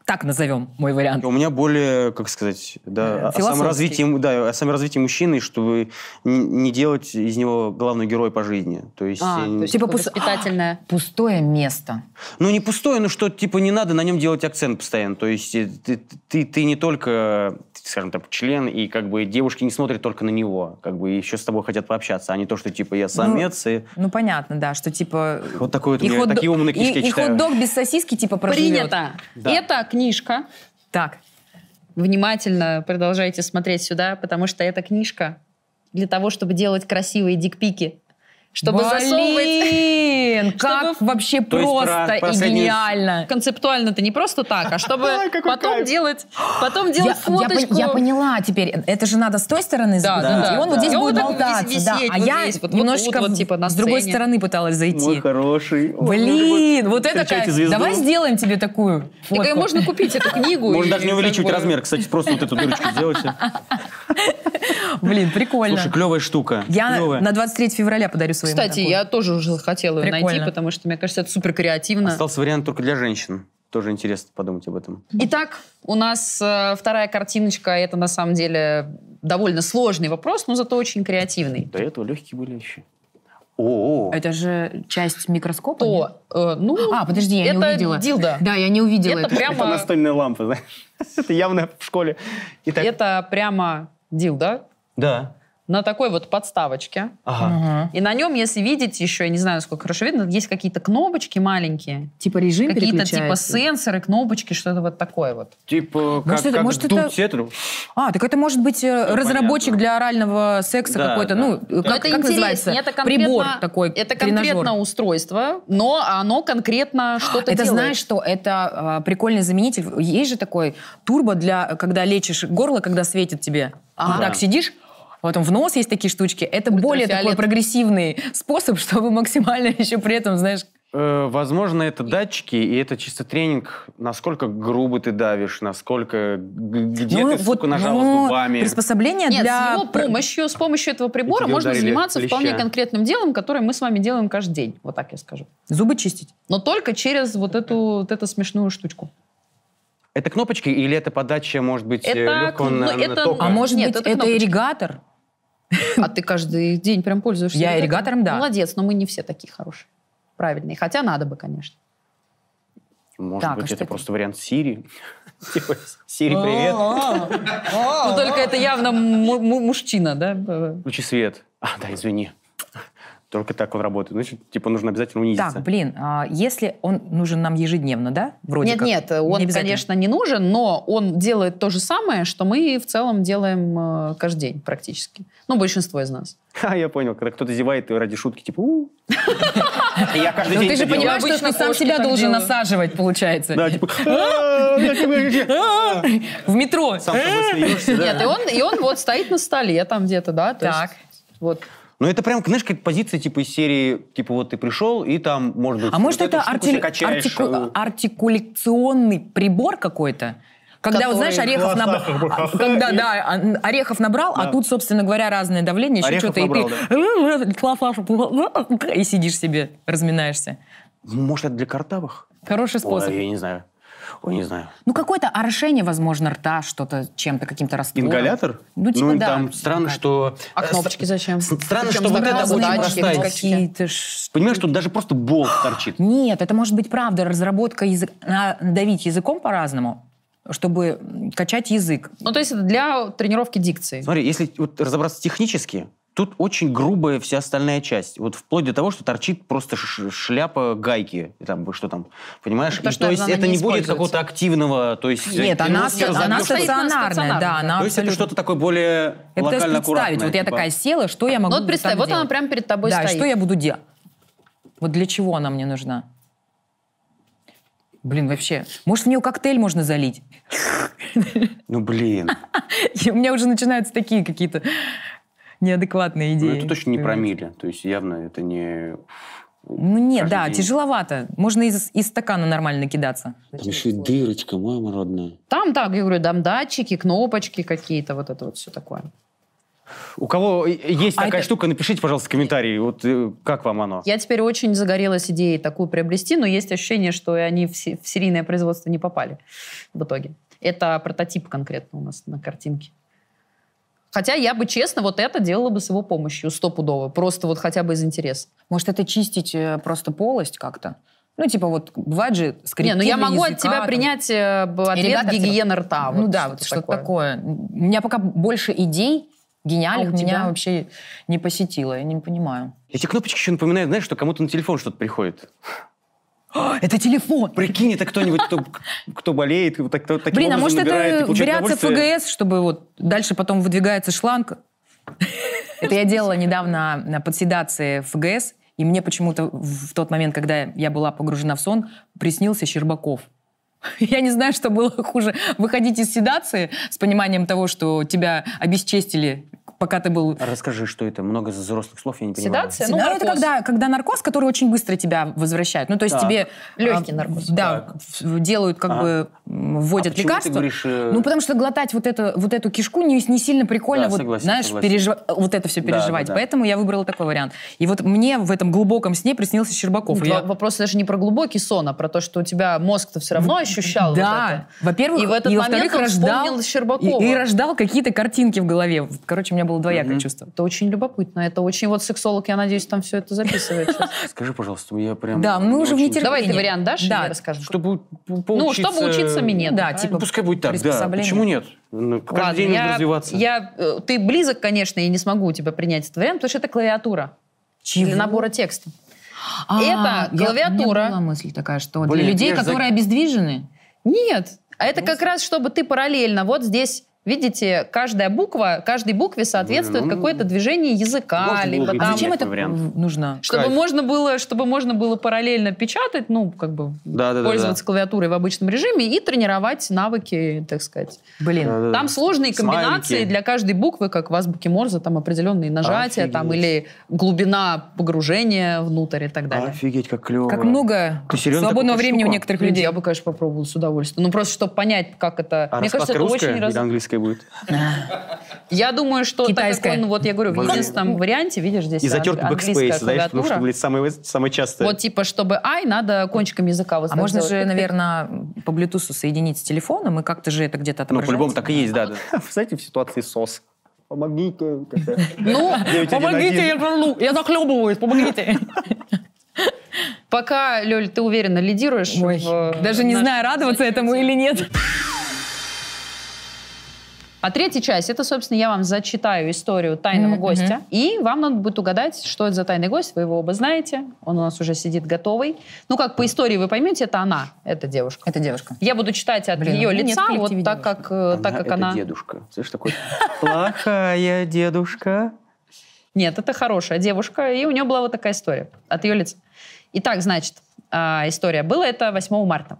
C: так назовем мой вариант.
B: Ну, у меня более, как сказать, да, о
C: Философский.
B: саморазвитии, да, о саморазвитии мужчины, чтобы н- не делать из него главного героя по жизни. То есть,
A: А,
B: э,
A: то есть
C: Типа
A: типа
C: пус-
A: воспитательное.
C: Пустое место.
B: Ну, не пустое, но что, типа, не надо на нем делать акцент постоянно. То есть э, ты, ты, ты не только, скажем так, член, и как бы девушки не смотрят только на него. Как бы еще с тобой хотят пообщаться, а не то, что, типа, я самец, и
C: Ну, понятно, да, что типа...
B: вот такой вот у
C: и
B: меня-
C: хот-дог-
B: такие умные книжки
C: и-
B: я
C: и
B: читаю.
C: хот-дог без сосиски типа проживет.
A: Принято.
B: Да.
A: Это книжка.
C: Так.
A: Внимательно продолжайте смотреть сюда, потому что эта книжка для того, чтобы делать красивые дикпики. Чтобы
C: Блин,
A: засовывать...
C: как
A: Чтобы-
C: вообще
B: То есть про-
C: просто
B: про
C: и
B: среднюю-
C: гениально.
A: Концептуально-то не просто так, а чтобы потом делать, потом делать
C: Я- я, пон-
A: фоточку.
C: я поняла теперь. Это же надо с той стороны
A: Да,
C: запустить,
A: да,
C: и он
A: да.
C: вот здесь
A: И он
C: будет
A: вот так вот
C: болтаться.
A: здесь
C: да.
A: висеть,
C: а
A: вот
C: я
A: здесь, вот- вот
C: немножечко
A: тут вот,
C: в-
A: типа, на
C: с другой
A: сцене.
C: стороны пыталась зайти.
B: Мой хороший. Ой,
C: Блин,
B: ну,
C: вот это
B: встречайте
C: кайф.
B: звезду.
C: Давай сделаем тебе такую
A: Так и
C: фотку.
A: можно купить эту книгу.
B: Можно
A: и
B: даже не
A: как
B: увеличивать
A: бы-
B: размер, кстати, просто вот эту дырочку сделать.
C: Блин, прикольно.
B: Слушай, клевая штука.
C: я
B: клёвая.
C: на 23 февраля подарю своему
A: Кстати,
C: такую.
A: я тоже уже хотела ее найти,
C: Прикольно.
A: потому что, мне кажется, это супер креативно.
B: Остался вариант только для женщин. Тоже интересно подумать об этом.
A: Итак, у нас э, вторая картиночка. Это на самом деле довольно сложный вопрос, но зато очень креативный.
B: До этого легкие были еще. О,
C: Это же часть микроскопа? нет?
A: То, э, ну,
C: А, подожди, я
A: это
C: не увидела.
A: Дилда.
C: Да, я не увидела
A: Это
C: это.
B: это
A: прямо,
B: настольная лампа, знаешь. Это явно в школе. Итак,
A: это прямо дилда
B: да.
A: на такой вот подставочке.
B: Ага.
C: Мгм.
A: И на нем, если видите еще, я не знаю, насколько хорошо видно, есть какие-то кнопочки маленькие.
C: Типа режим
A: Какие-то типа
C: переключается.
A: сенсоры, кнопочки, что-то вот такое вот.
B: Типа, как,
C: Может, это-
B: как
C: может,
B: сдуть
C: это-
B: сетру.
C: А, так это может быть э,
B: Ну,
C: разработчик
B: понятно.
C: для орального секса
B: Да,
C: какой-то.
B: да.
C: Ну,
B: Но
C: как,
A: это
C: как называется?
A: интереснее, это конкретно-
C: Прибор такой,
A: Это
C: тренажер.
A: конкретно устройство, но оно конкретно что-то
C: Это
A: делает.
C: знаешь что? Это а, прикольный заменитель. Есть же такой турбо для, когда лечишь горло, когда светит тебе.
A: Ага.
C: Вот так сидишь, потом в нос есть такие штучки. Это более такой
A: Ультрафиолет.
C: прогрессивный способ, чтобы максимально еще при этом, знаешь...
B: Э, Возможно, это датчики, и это чисто тренинг, насколько грубо ты давишь, насколько г- где
C: ну,
B: ты, сука, нажала
C: ну,
B: зубами.
C: Приспособление
A: Нет,
C: для...
A: с его
C: пр-
A: помощью, с помощью этого прибора
B: тебе
A: можно
B: ударили
A: заниматься
B: клеща.
A: вполне конкретным делом, которое мы с вами делаем каждый день, вот так я скажу.
C: Зубы чистить.
A: Но только через вот эту, вот эту смешную штучку.
B: Это кнопочки или это подача, может быть, э,
A: Это
B: легкого
A: кно-
B: на, на
A: это-
B: тока?
C: А может
A: Э, Нет,
C: быть,
A: это
C: это,
A: кнопочка.
C: ирригатор?
A: А ты каждый день прям пользуешься?
C: Я ирригатором, да.
A: Молодец, но мы не все такие хорошие, правильные. Хотя надо бы, конечно.
B: Может
C: Так, а
B: быть,
C: что
B: это
C: это?
B: просто вариант Сири. Типа, Сири, привет.
A: А.
C: Ну,
A: Но только это явно му- му- мужчина, да?
B: Включи свет. А, да, извини. Только так он работает. Значит, типа нужно обязательно унизиться.
C: Так, блин, а если он нужен нам ежедневно, да? Вроде
A: Нет,
C: как.
A: нет, он,
C: обязательно.
A: конечно, не нужен, но он делает то же самое, что мы в целом делаем э, каждый день практически. Ну, большинство из нас.
B: Ха, я понял, когда кто-то зевает и ради шутки, типа, «У». Я каждый
C: Ну,
B: день
C: ты же
B: это делаю.
C: понимаешь,
A: делаю.
C: что ты
A: Обычно
C: сам себя
A: кошки так
C: должен
A: делают.
C: насаживать, получается.
B: Да, типа, «А, я тебя-
C: В метро.
B: сам собой смеешься,
A: Нет, и
B: да.
A: он, и он вот стоит на столе там где-то, да? то есть
C: Так.
A: вот.
B: Но Ну, это прям, знаешь, как позиция, типа, из серии, типа, вот ты пришел, и там, может быть,
C: А может,
B: вот
C: это
B: эту штуку
C: артиль- а,
B: ты качаешь,
C: артику-
B: э,
C: артикуляционный прибор какой-то? Когда,
A: Который
C: вот, знаешь, Орехов
B: глазах
C: набрал, когда, да, а, Орехов набрал, а
B: Да.
C: тут, собственно говоря, разное давление, еще
B: Орехов
C: что-то, и
B: набрал,
C: ты... И сидишь себе, разминаешься.
B: Может, это для картавых?
C: Хороший способ.
B: Ой, я не знаю. Ой, не знаю.
C: Ну, какое-то орошение, возможно, рта, что-то, чем-то, каким-то раствором.
B: Ингалятор?
C: Ну, типа, да.
B: там странно, что... э,
A: А кнопочки зачем?
B: с- странно,
A: Причем
B: что вот это
A: заказывать
B: очень
A: датчики,
B: простая
A: кнопочки.
C: Какие-то ш-
B: Понимаешь, тут даже просто болт торчит.
C: Нет, это может быть правда разработка языка. Надо давить языком по-разному, чтобы м, качать язык.
A: Ну, то есть это для тренировки дикции.
B: Смотри, если вот разобраться технически, тут очень грубая вся остальная часть. Вот вплоть до того, что торчит просто ш- шляпа гайки, и там что там,
C: Ну,
B: понимаешь?
A: Потому
B: И
A: что,
B: то есть
A: наверное,
B: это
A: она
B: не
A: не
B: будет
A: используется.
B: какого-то активного, то есть... э,
C: Нет,
B: ты
C: она,
B: просто
C: ста- она
B: разобьешь.
A: разобьешь.
C: стационарная,
A: Стационарная,
C: да, она
B: То есть это
C: абсолютно-
B: что-то такое более
C: Я пытаюсь
B: локально
C: представить,
B: аккуратное.
C: вот я
B: типа.
C: такая села, что я
A: Ну,
C: могу
A: вот представь,
C: там
A: вот она
C: делать?
A: прям перед тобой
C: Да, и
A: стоит.
C: что я буду делать? Вот для чего она мне нужна? Блин, вообще, может, в нее коктейль можно залить?
B: Ну, блин.
C: И У меня уже начинаются такие какие-то неадекватные
B: Ну,
C: идеи. Э,
B: это точно не промилле. То есть явно это не...
C: Ну нет,
B: Каждый
C: да,
B: день.
C: тяжеловато. Можно из, из стакана нормально кидаться.
B: Там еще и дырочка, мама родная.
A: Там, да, я говорю, там датчики, кнопочки какие-то, вот это вот все такое.
B: У кого э, есть
C: А
B: такая
C: это-
B: штука, напишите, пожалуйста, в комментарии, вот э, как вам оно.
A: Я теперь очень загорелась идеей такую приобрести, но есть ощущение, что и они в, се- в серийное производство не попали в итоге. Это прототип конкретно у нас на картинке. Хотя я бы, честно, вот это делала бы с его помощью стопудово. Просто вот хотя бы из интереса.
C: Может, это чистить э, просто полость как-то? Ну, типа вот, бывает же
A: Не,
C: скриптивный
A: ну я могу от
C: языка,
A: тебя
C: там.
A: принять э, б- ответ
C: ребята от тебя-
A: гигиена рта.
C: а, ну да, вот что-то такое. У меня пока больше идей гениальных
A: А у
C: меня
A: тебя?
C: вообще не посетило, я не понимаю.
B: Эти кнопочки еще напоминают, знаешь, что кому-то на телефон что-то приходит.
C: А, это телефон!
B: Прикинь, это кто-нибудь, кто, кто болеет, вот так, кто, таким
C: Блин, а
B: образом
C: может
B: набирает и
C: это
B: получает
C: вариация
B: удовольствие.
C: ФГС, чтобы вот дальше потом выдвигается шланг? Это я делала недавно на подседации ФГС, и мне почему-то в в тот момент, когда я была погружена в сон, приснился Щербаков. Я не знаю, что было хуже. Выходить из седации с пониманием того, что тебя обесчестили, пока ты был...
B: Расскажи, что это? Много взрослых слов, я не понимаю.
A: Седация?
C: Ну,
A: Ну,
C: это
A: наркоз.
C: когда, когда наркоз, который очень быстро тебя возвращает. Ну, то есть
B: Так.
C: тебе...
A: Легкий
C: а,
A: наркоз.
C: Да, в- делают как
B: Ага.
C: бы... м, Вводят
B: а почему
C: лекарства.
B: ты говоришь... э,
C: Ну, потому что глотать вот, это, вот эту кишку не, не сильно прикольно,
B: Да,
C: вот,
B: согласен,
C: знаешь,
B: согласен.
C: пережива- вот это все
B: Да, да,
C: переживать.
B: да.
C: Поэтому я выбрала такой вариант. И вот мне в этом глубоком сне приснился Щербаков. И я-
A: Вопрос Ну, даже не про глубокий сон, а про то, что у тебя мозг-то все равно ощущал вот это.
C: Ну, да, во-первых,
A: И в этот
C: и
A: момент
C: во-вторых,
A: он
C: рождал,
A: вспомнил Щербакова.
C: и, и рождал какие-то картинки в голове. Вот, Короче, у меня было двоякое
B: Мгм.
C: чувство.
A: Это очень любопытно. Это очень... Вот сексолог, я надеюсь, там все это записывает сейчас.
B: Скажи, пожалуйста, я прям...
C: Да, мы
B: не
C: уже в
B: очень-
C: нетерпении.
A: Давай ты вариант дашь,
C: Да.
A: я расскажу.
B: Чтобы по-
A: Ну,
B: поучиться-
A: чтобы учиться мне.
C: Да,
A: правильно?
C: типа,
B: Ну, пускай будет так, да.
C: приспособление.
B: Почему нет? Ну, Каждый
A: Ладно,
B: день нужно
A: я-
B: развиваться.
A: Я, э, ты близок, конечно, я не смогу у тебя принять этот вариант, потому что это клавиатура для
C: Чего?
A: набора текста.
C: А,
A: Это
C: я- у меня
A: клавиатура.
C: была мысль такая, что
B: Блин,
C: для людей,
B: я же за-
C: которые обездвижены,
A: Нет, а
B: Ну,
A: это как раз, чтобы ты параллельно вот здесь... Видите, каждая буква, каждой букве соответствует
B: ну,
A: какое-то движение языка,
B: можно было
A: либо
B: бы
A: там...
B: Там
C: зачем
B: такой
C: это
B: вариант.
C: а, нужно?
A: Чтобы
B: Кайф.
A: можно было, чтобы можно было параллельно печатать, ну, как бы
B: Да, да, да,
A: пользоваться клавиатурой в обычном режиме и тренировать навыки, так сказать.
C: Блин,
B: Да, да, да.
A: Там сложные комбинации
B: Смайлики.
A: для каждой буквы, как в азбуке Морзе, там определенные нажатия, там
B: Офигеть.
A: или глубина погружения внутрь и так далее.
B: Офигеть, как клево.
C: как много
B: Ты серьезно
C: свободного
B: такую
C: времени у
B: штуку?
C: некоторых
A: Блин,
C: людей.
A: Я бы, конечно, попробовал с удовольствием. Ну, просто чтобы понять, как это...
B: А
A: Мне кажется,
B: раскладка
A: это
B: русская
A: очень... раз-
B: или английская будет?
A: Я думаю, что так как
C: Китайская. Ну,
A: он, вот я говорю, в
B: Блин.
A: единственном варианте, видишь, здесь
B: И затертый
A: анг-
B: бэкспейс,
A: английская
B: знаешь, потому что,
A: клавиатура.
B: блядь, самое, самое частое.
A: Вот типа, чтобы ай, надо кончиком языка вот
C: А
A: так
C: можно
A: делать.
C: же,
A: Тык-тык.
C: наверное, по Bluetooth соединить с телефоном, и как-то же это где-то
B: Ну,
C: отображается.
B: по-любому так и есть, да. да. Знаете, в ситуации сос. Помоги-ка.
A: Ну,
B: Помогите,
C: я захлебываюсь, помогите.
A: пока, Лёль, ты уверенно лидируешь.
C: Ой,
A: в, э,
C: даже не
A: нашей
C: знаю, радоваться этому или нет.
A: А третий часть, это, собственно, я вам зачитаю историю тайного
C: Мгм,
A: гостя. И вам надо будет угадать, что это за тайный гость. Вы его оба знаете. Он у нас уже сидит готовый. Ну, как по истории вы поймете, это она, эта девушка.
C: Это девушка.
A: Я буду читать от
C: Блин,
A: ее
C: у меня нет
A: лица,
C: в
A: вот
C: коллективе
A: так как, э, так как
B: это
A: она...
B: дедушка. Слышишь, такой плохая дедушка.
A: Нет, это хорошая девушка, и у нее была вот такая история от ее лица. Итак, значит, а, история. Было это 8 марта.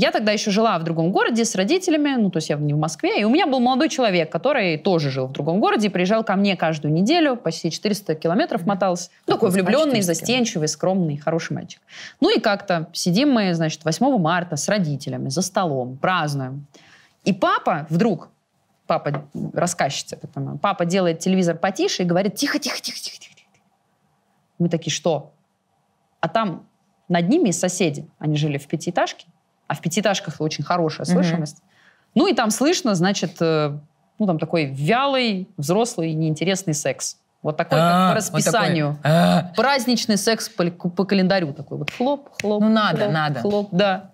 A: Я тогда еще жила в другом городе с родителями, ну, то есть я не в Москве, и у меня был молодой человек, который тоже жил в другом городе, и приезжал ко мне каждую неделю, почти 400 километров мотался. Ну, такой
C: Почти
A: влюбленный,
C: 400
A: застенчивый, скромный, хороший мальчик. Ну и как-то сидим мы, значит, 8 марта с родителями за столом, празднуем. И папа вдруг, папа рассказчица, я так понимаю, папа делает телевизор потише и говорит, тихо, тихо, тихо, тихо, тихо. тихо». Мы такие, что? А там над ними соседи, они жили в пятиэтажке, а в пятиэтажках очень хорошая
C: Мгм.
A: слышимость. Ну и там слышно, значит, э, ну там такой вялый, взрослый, неинтересный секс. Вот такой, как
C: А,
A: по
C: вот такой.
A: расписанию.
C: А,
A: Праздничный секс по, по календарю такой. Вот хлоп, хлоп.
C: Ну, надо,
A: хлоп,
C: надо.
A: Хлоп, да.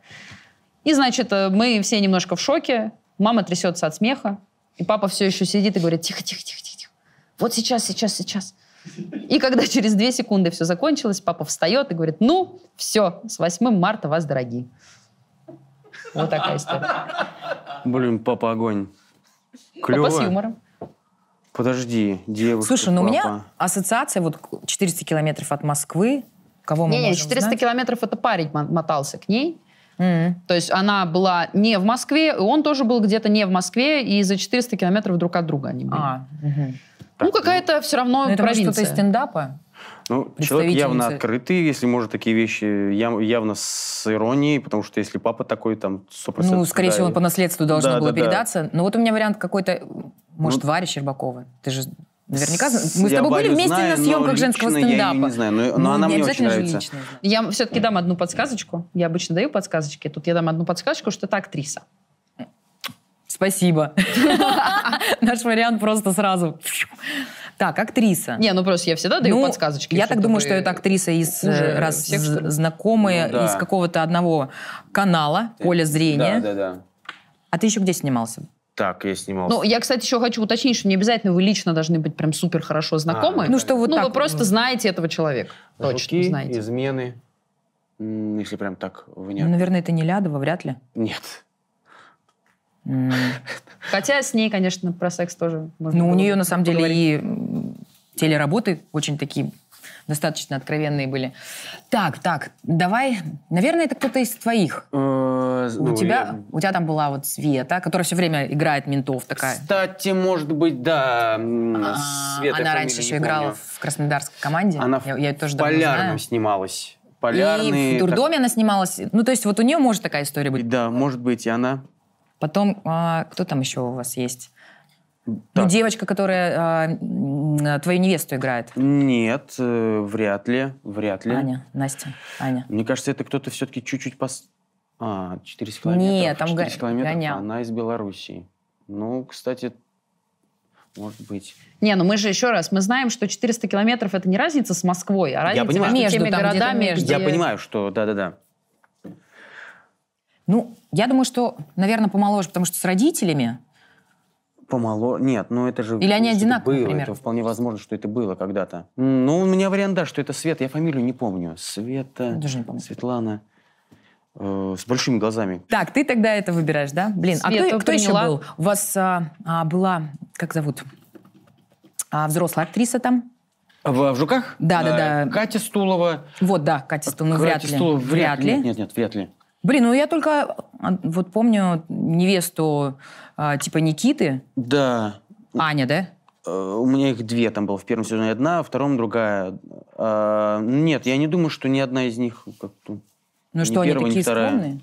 A: И, значит, э, мы все немножко в шоке. Мама трясется от смеха. И папа все еще сидит и говорит, тихо, тихо, тихо, тихо. тихо. Вот сейчас, сейчас, сейчас. И когда через две секунды все закончилось, папа встает и говорит, ну, все, с 8 марта вас, дорогие. Вот такая история.
B: Блин, папа огонь.
A: Папа с
B: Клево.
A: юмором.
B: Подожди, девушка.
C: Слушай, ну у меня
B: папа.
C: ассоциация вот к- 400 километров от Москвы. Кого мы
A: Не, не,
C: можем
A: 400
C: знать?
A: километров это парень мо- мотался к ней.
C: Мгм.
A: То есть она была не в Москве, и он тоже был где-то не в Москве, и за 400 километров друг от друга они были.
C: А, мгм.
A: ну, какая-то все равно
C: Ну, это может кто-то
A: провинция.
C: из стендапа?
B: Ну, человек явно
C: представительница.
B: открытый, если может такие вещи, я- явно с иронией, потому что если папа такой, там, 100%...
C: Ну, скорее
B: да,
C: всего,
B: и-
C: по наследству должно
B: Да,
C: было
B: да, да.
C: передаться. Но вот у меня вариант какой-то, может, Варя Щербакова. Ты же наверняка... зна- Мы с
B: Я
C: тобой были
B: Варю
C: вместе
B: знаю,
C: на
B: но
C: съемках женского
B: лично я её
C: стендапа. Ну,
B: не знаю, но,
A: Ну,
B: но Ну, она
C: не
B: мне очень
C: обязательно же
B: нравится.
C: лично знать.
A: Я все-таки дам одну подсказочку. Я обычно даю подсказочки. Тут я дам одну подсказочку, что это актриса.
C: Спасибо. Наш вариант просто сразу. Так, актриса.
A: Не, ну просто я всегда даю
C: Ну,
A: подсказочки.
C: Я
A: чтобы
C: так думаю,
A: вы-
C: что это актриса из э,
A: уже
C: раз
A: всех,
C: з-
A: что ли?
C: знакомые
B: Ну, да.
C: из какого-то одного канала, поля зрения.
B: Да, да, да.
C: А ты еще где снимался?
B: Так, я снимался.
A: Ну, я, кстати, еще хочу уточнить, что не обязательно вы лично должны быть прям супер хорошо знакомы.
B: А,
A: ну,
C: Ну что вот так.
A: вы просто знаете этого человека. Точно
B: Жуки,
A: знаете.
B: измены, М, если прям так
C: Ну,
B: внятно.
C: наверное, это не Лядова, вряд ли.
B: Нет.
C: М.
A: Хотя с ней, конечно, про секс тоже можно
C: Ну, у
A: было
C: нее,
A: бы
C: на самом деле,
A: поговорить.
C: и м, телеработы очень такие достаточно откровенные были. Так, так, давай. Наверное, это кто-то из твоих.
B: Э,
C: У
B: Ну,
C: тебя, у тебя там была вот Света, которая все время играет ментов такая.
B: Кстати, может быть, да. м,
C: А,
B: Света,
C: она
B: фамилия,
C: раньше
B: не
C: еще
B: помню.
C: играла в краснодарской команде.
B: Она в
C: я, я её тоже давно
B: Полярном
C: знаю.
B: снималась.
C: И
B: Полярный.
C: в
B: так-
C: дурдоме она снималась. Ну, то есть вот у нее может такая история быть.
B: Да, может быть, и она.
C: Потом, а, кто там еще у вас есть? Ну,
B: Так,
C: девочка, которая а, м, а, твою невесту играет.
B: Нет, э, вряд ли, вряд ли.
C: Аня, Настя, Аня.
B: Мне кажется, это кто-то все-таки чуть-чуть пос... А, 400 километров.
C: Нет, там
B: 400
C: Га-
B: километров,
C: гонял.
B: она из Белоруссии. Ну, кстати, может быть.
A: Не, ну мы же еще раз, мы знаем, что 400 километров это не разница с Москвой, а разница
B: понимаю.
A: между
C: Между
A: теми
C: там, где-то
A: городами.
C: между.
A: где-
B: Я понимаю, что... Да-да-да.
C: Ну, я думаю, что, наверное, помоложе, потому что с родителями.
B: Помало... Нет, ну это же...
C: Или они
B: если это
C: одинаковые,
B: было,
C: например?
B: Это вполне возможно, что это было когда-то. М, Ну, у меня вариант, да, что это Света. Я фамилию не помню. Света...
C: Я даже не помню.
B: Светлана. э, с большими глазами.
C: Так, ты тогда это выбираешь, да? Блин, а
A: Свету
C: кто, кто еще
A: приняла.
C: был? У вас а, а, была, как зовут, А, взрослая актриса там?
B: В, в Жуках?
C: Да, да,
B: Э,
C: да.
B: Катя Стулова.
C: Вот, да, Катя Стулова, вряд
B: Катя
C: ли.
B: Стулова, вряд, ли.
C: Вряд
B: Нет, нет, нет, вряд ли.
C: Блин, ну я только а, вот помню невесту а, типа Никиты,
B: Да.
C: Аня, да?
B: Э, У меня их две там было. В первом сезоне одна, во втором другая. А, нет, я не думаю, что ни одна из них как-то...
C: Ну
B: Ни
C: что, они
B: первая, ни
C: такие
B: вторая.
C: скромные?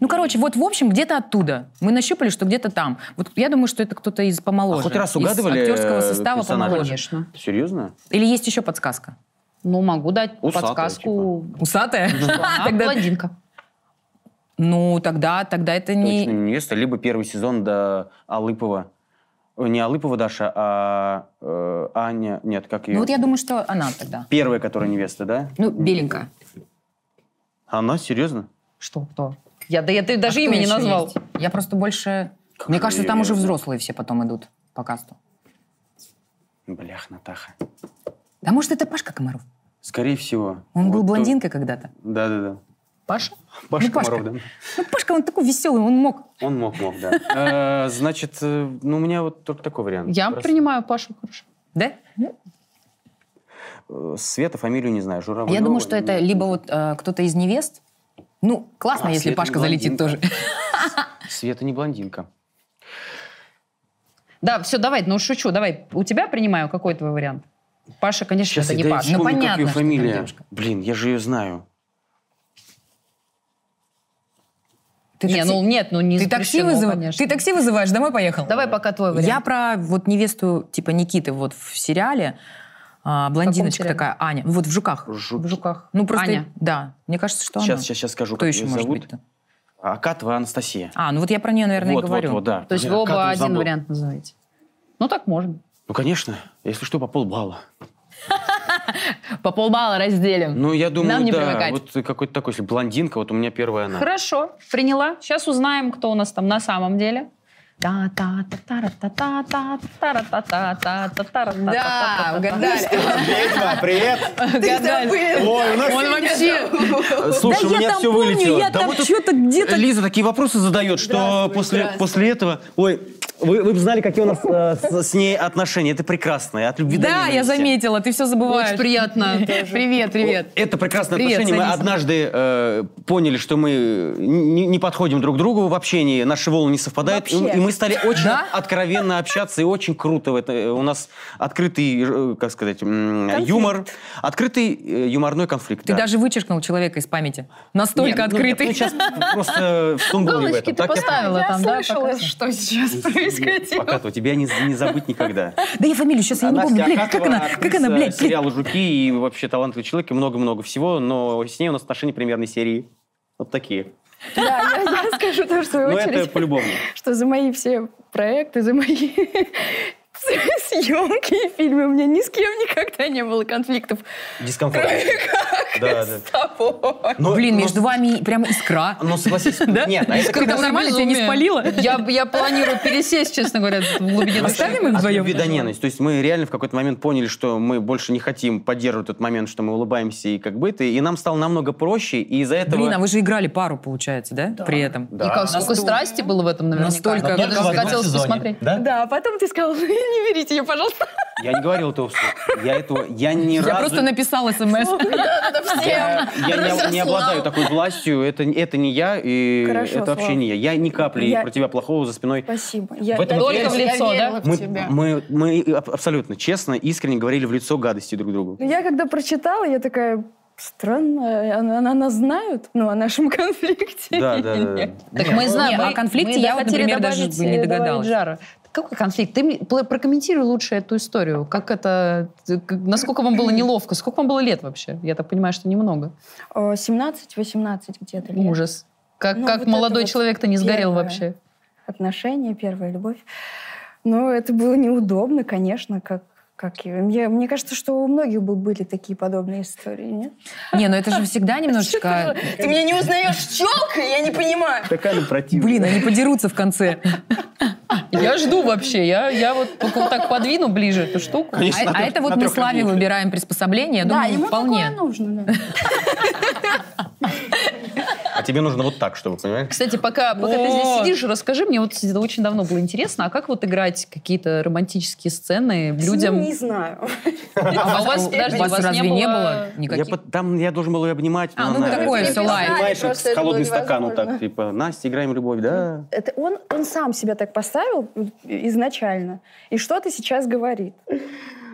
C: Ну, короче, вот, в общем, где-то оттуда. Мы нащупали, что где-то там. Вот я думаю, что это кто-то из помоложе.
B: А хоть раз
C: из
B: угадывали,
C: актерского
B: э,
C: состава
B: персонажа?
C: помоложе.
A: Конечно.
B: Серьезно?
C: Или есть еще подсказка?
A: Ну, могу дать
B: Усатая,
A: подсказку.
C: Усатая?
A: Она
C: типа. Тогда-
A: блондинка.
C: Ну, тогда, тогда это
B: Точно
C: не...
B: не невеста. Либо первый сезон до Алыпова. Ой, Не Алыпова Даша, а э, Аня... Нет, как ее?
C: Ну, вот я думаю, что она тогда.
B: Первая, которая невеста, да?
C: Ну, беленькая.
B: Она? Серьезно?
A: Что, кто? Я, да я ты даже
C: А
A: имя
C: кто
A: не
C: еще
A: назвал.
C: есть? Я просто больше...
B: Как
C: Мне
B: же
C: кажется,
B: я
C: там уже
B: её-
C: взрослые все потом идут по касту.
B: Блях, Натаха.
C: А может, это Пашка Комаров?
B: Скорее всего.
C: Он был
B: Вот
C: блондинкой когда-то.
B: то- Да-да-да.
A: Паша?
B: Пашка
C: Ну, Пашка.
B: Комаров, да.
C: Ну, Пашка, он такой веселый, он мог.
B: Он мог, мог, да. Э, Значит, э, ну, у меня вот только такой вариант.
A: Я
B: Просто,
A: принимаю Пашу Хорошо.
C: Да?
B: э, Света, фамилию не знаю, Журавлева.
C: Я думаю, что это
B: А нет.
C: либо вот э, кто-то из невест. Ну, классно,
B: А,
C: если
B: Света
C: Пашка залетит тоже.
B: блондинка. Света не блондинка.
A: Да, все, давай, ну шучу, давай. У тебя принимаю, какой твой вариант? Паша, конечно,
B: Сейчас
A: это
B: я
A: не
B: даже
A: Паша.
C: Ну,
B: вспомню, как
C: понятно,
B: ее
C: что там
B: фамилия.
C: девушка.
B: Блин, я же ее знаю.
C: Ты
A: не,
C: такси-
A: ну нет, ну не
C: ты такси,
A: запрещено,
C: вызыва-
A: конечно.
C: ты такси вызываешь, домой поехал?
A: Давай пока твой вариант.
C: Я про вот невесту типа Никиты вот в сериале. а, блондиночка
A: сериале?
C: такая, Аня. Вот в «Жуках».
B: Жу-
A: в жуках.
C: Ну, просто...
A: Аня.
C: Да. Мне кажется, что
B: Сейчас,
C: она.
B: сейчас, сейчас скажу,
C: Кто
B: как
C: еще
B: ее
C: может
B: зовут.
C: быть-то?
B: Акатова Анастасия.
C: А, ну вот я про нее, наверное,
B: вот,
C: и говорю.
B: вот, вот, да.
A: То есть
B: Блин,
A: вы
B: а как
A: оба
B: он
A: один
B: забыл?
A: вариант называете. Ну так можно.
B: Ну, конечно. Если что, по полбалла.
A: По полбалла разделим.
B: Ну, я думаю,
A: Нам не
B: да.
A: привыкать.
B: Вот какой-то такой, если блондинка, вот у меня первая она.
A: Хорошо, приняла. Сейчас узнаем, кто у нас там на самом деле. Да,
C: Да, угадали.
E: Ведьма, привет!
C: Ты забыл.
E: Ой, у нас...
A: Он вообще...
B: Э, Слушай,
C: да
B: у меня
C: я там
B: все
C: помню,
B: вылетело.
C: я
B: Да
C: там
B: вот тут
C: что-то где-то...
B: Лиза такие вопросы задает, что после, после этого... Ой, вы, вы бы знали, какие у нас э, с, с ней отношения. Это прекрасно. и От любви до
C: Да, я
B: ненависти.
C: заметила, ты все забываешь.
A: Очень приятно. Привет, привет.
B: Это прекрасное
A: Привет,
B: отношение. Мы
A: садись.
B: однажды э, поняли, что мы не, не подходим друг к другу в общении, наши волны не совпадают, и, и мы стали очень откровенно общаться, и очень круто. в это. э, У нас открытый, э, как сказать, м, юмор, открытый э, юморной конфликт.
C: Ты
B: да.
C: даже вычеркнул человека из памяти. Настолько
B: Нет, ну, нет,
C: открытый.
B: ну, сейчас просто в том было не в
A: Галочки
B: этом.
A: ты
B: Так я-
A: поставила там, да? пока?
D: что сейчас
B: Пока то тебя не, не забыть никогда.
C: Да я фамилию сейчас я не помню.
B: а
C: Блядь, как она, как она, блядь, блядь.
B: Сериал «Жуки» и вообще талантливый человек, и много-много всего, но с ней у нас отношения примерной серии. Вот такие.
F: Да, я, я скажу тоже в свою
B: Но
F: очередь,
B: Ну, это по-любому.
F: что за мои все проекты, за мои съемки и фильмы у меня ни с кем никогда не было конфликтов.
B: Дискомфорт. Да, да. Но-
C: Блин,
B: но-
C: между вами прямо искра.
B: Но согласись, нет, а это
C: Ты там нормально, тебя не спалило?
A: Я, я планирую пересесть, честно говоря, в глубине души.
C: Оставим их
B: от
C: вдвоем?
B: любви до ненависти. То есть мы реально в какой-то момент поняли, что мы больше не хотим поддерживать тот момент, что мы улыбаемся и как бы ты. И нам стало намного проще, и из-за этого...
C: Блин, а вы же играли пару, получается, да? При этом.
A: И как, сколько страсти было в этом наверняка.
C: Настолько.
A: Я даже хотелось посмотреть.
E: Да?
F: Да, а потом ты сказал, не берите ее, пожалуйста.
B: Я не говорил этого вслух. Я этого... Я ни
C: Я
B: разу...
C: просто написала смс.
B: Я, я не, не обладаю такой властью, это, это не я, и
F: Хорошо,
B: это вообще
F: Слав.
B: не я. Я ни капли
F: Я-
B: про тебя плохого за спиной.
F: Спасибо. Я,
B: В этом
F: я-
B: ответе-
A: Только в лицо, да?
B: Мы, мы, мы аб- абсолютно честно, искренне говорили в лицо гадости друг другу.
F: Ну, я когда прочитала, я такая, странно, она, она- она знает, ну, о нашем конфликте.
B: Да, да, да, да.
A: Так мы знаем.
C: не,
A: ну, мы-
C: о конфликте
A: мы
C: я вот,
A: хотели
C: например, даже
A: добавить,
C: бы не
A: э, добавить
C: догадалась.
A: Жара. Какой конфликт? Ты мне пл- прокомментируй лучше эту историю. Как это... ты- к- Насколько вам было неловко? Сколько вам было лет вообще? Я так понимаю, что немного.
F: О, 17-18 где-то лет.
A: Ужас. Как,
F: Ну,
A: как
F: вот
A: молодой
F: это вот
A: человек-то не сгорел
F: первое.
A: вообще?
F: отношения, первая любовь. Но это было неудобно, конечно, как как и- мне, мне кажется, что у многих бы были такие подобные истории, нет?
C: Не, ну это же всегда немножечко...
F: Ты меня не узнаешь, челка, я не понимаю.
E: Такая она противная.
C: Блин, они подерутся в конце.
A: Я жду вообще. Я, я вот только вот так подвину ближе эту штуку.
C: А а это вот мы Славе выбираем приспособление, я думаю, вполне.
F: нужно. да.
B: А тебе нужно вот так, чтобы, понимаешь?
A: Кстати, пока, пока ты здесь
C: Вот.
A: сидишь, расскажи мне, вот это очень давно было интересно, а как вот играть какие-то романтические сцены людям?
F: Ну, Не знаю.
A: А у вас,
C: У
A: подожди,
C: вас разве не
B: Я
C: было никаких?
B: под- там я должен был ее обнимать.
C: А,
B: но
C: ну,
B: она-
C: такое всё лайт.
B: Обнимаешь
F: Просто
B: как с
F: это было
B: холодным стаканом
F: невозможно.
B: так, типа, Настя, играем в любовь, да?
F: Это он, он сам себя так поставил изначально. И что ты сейчас говорит?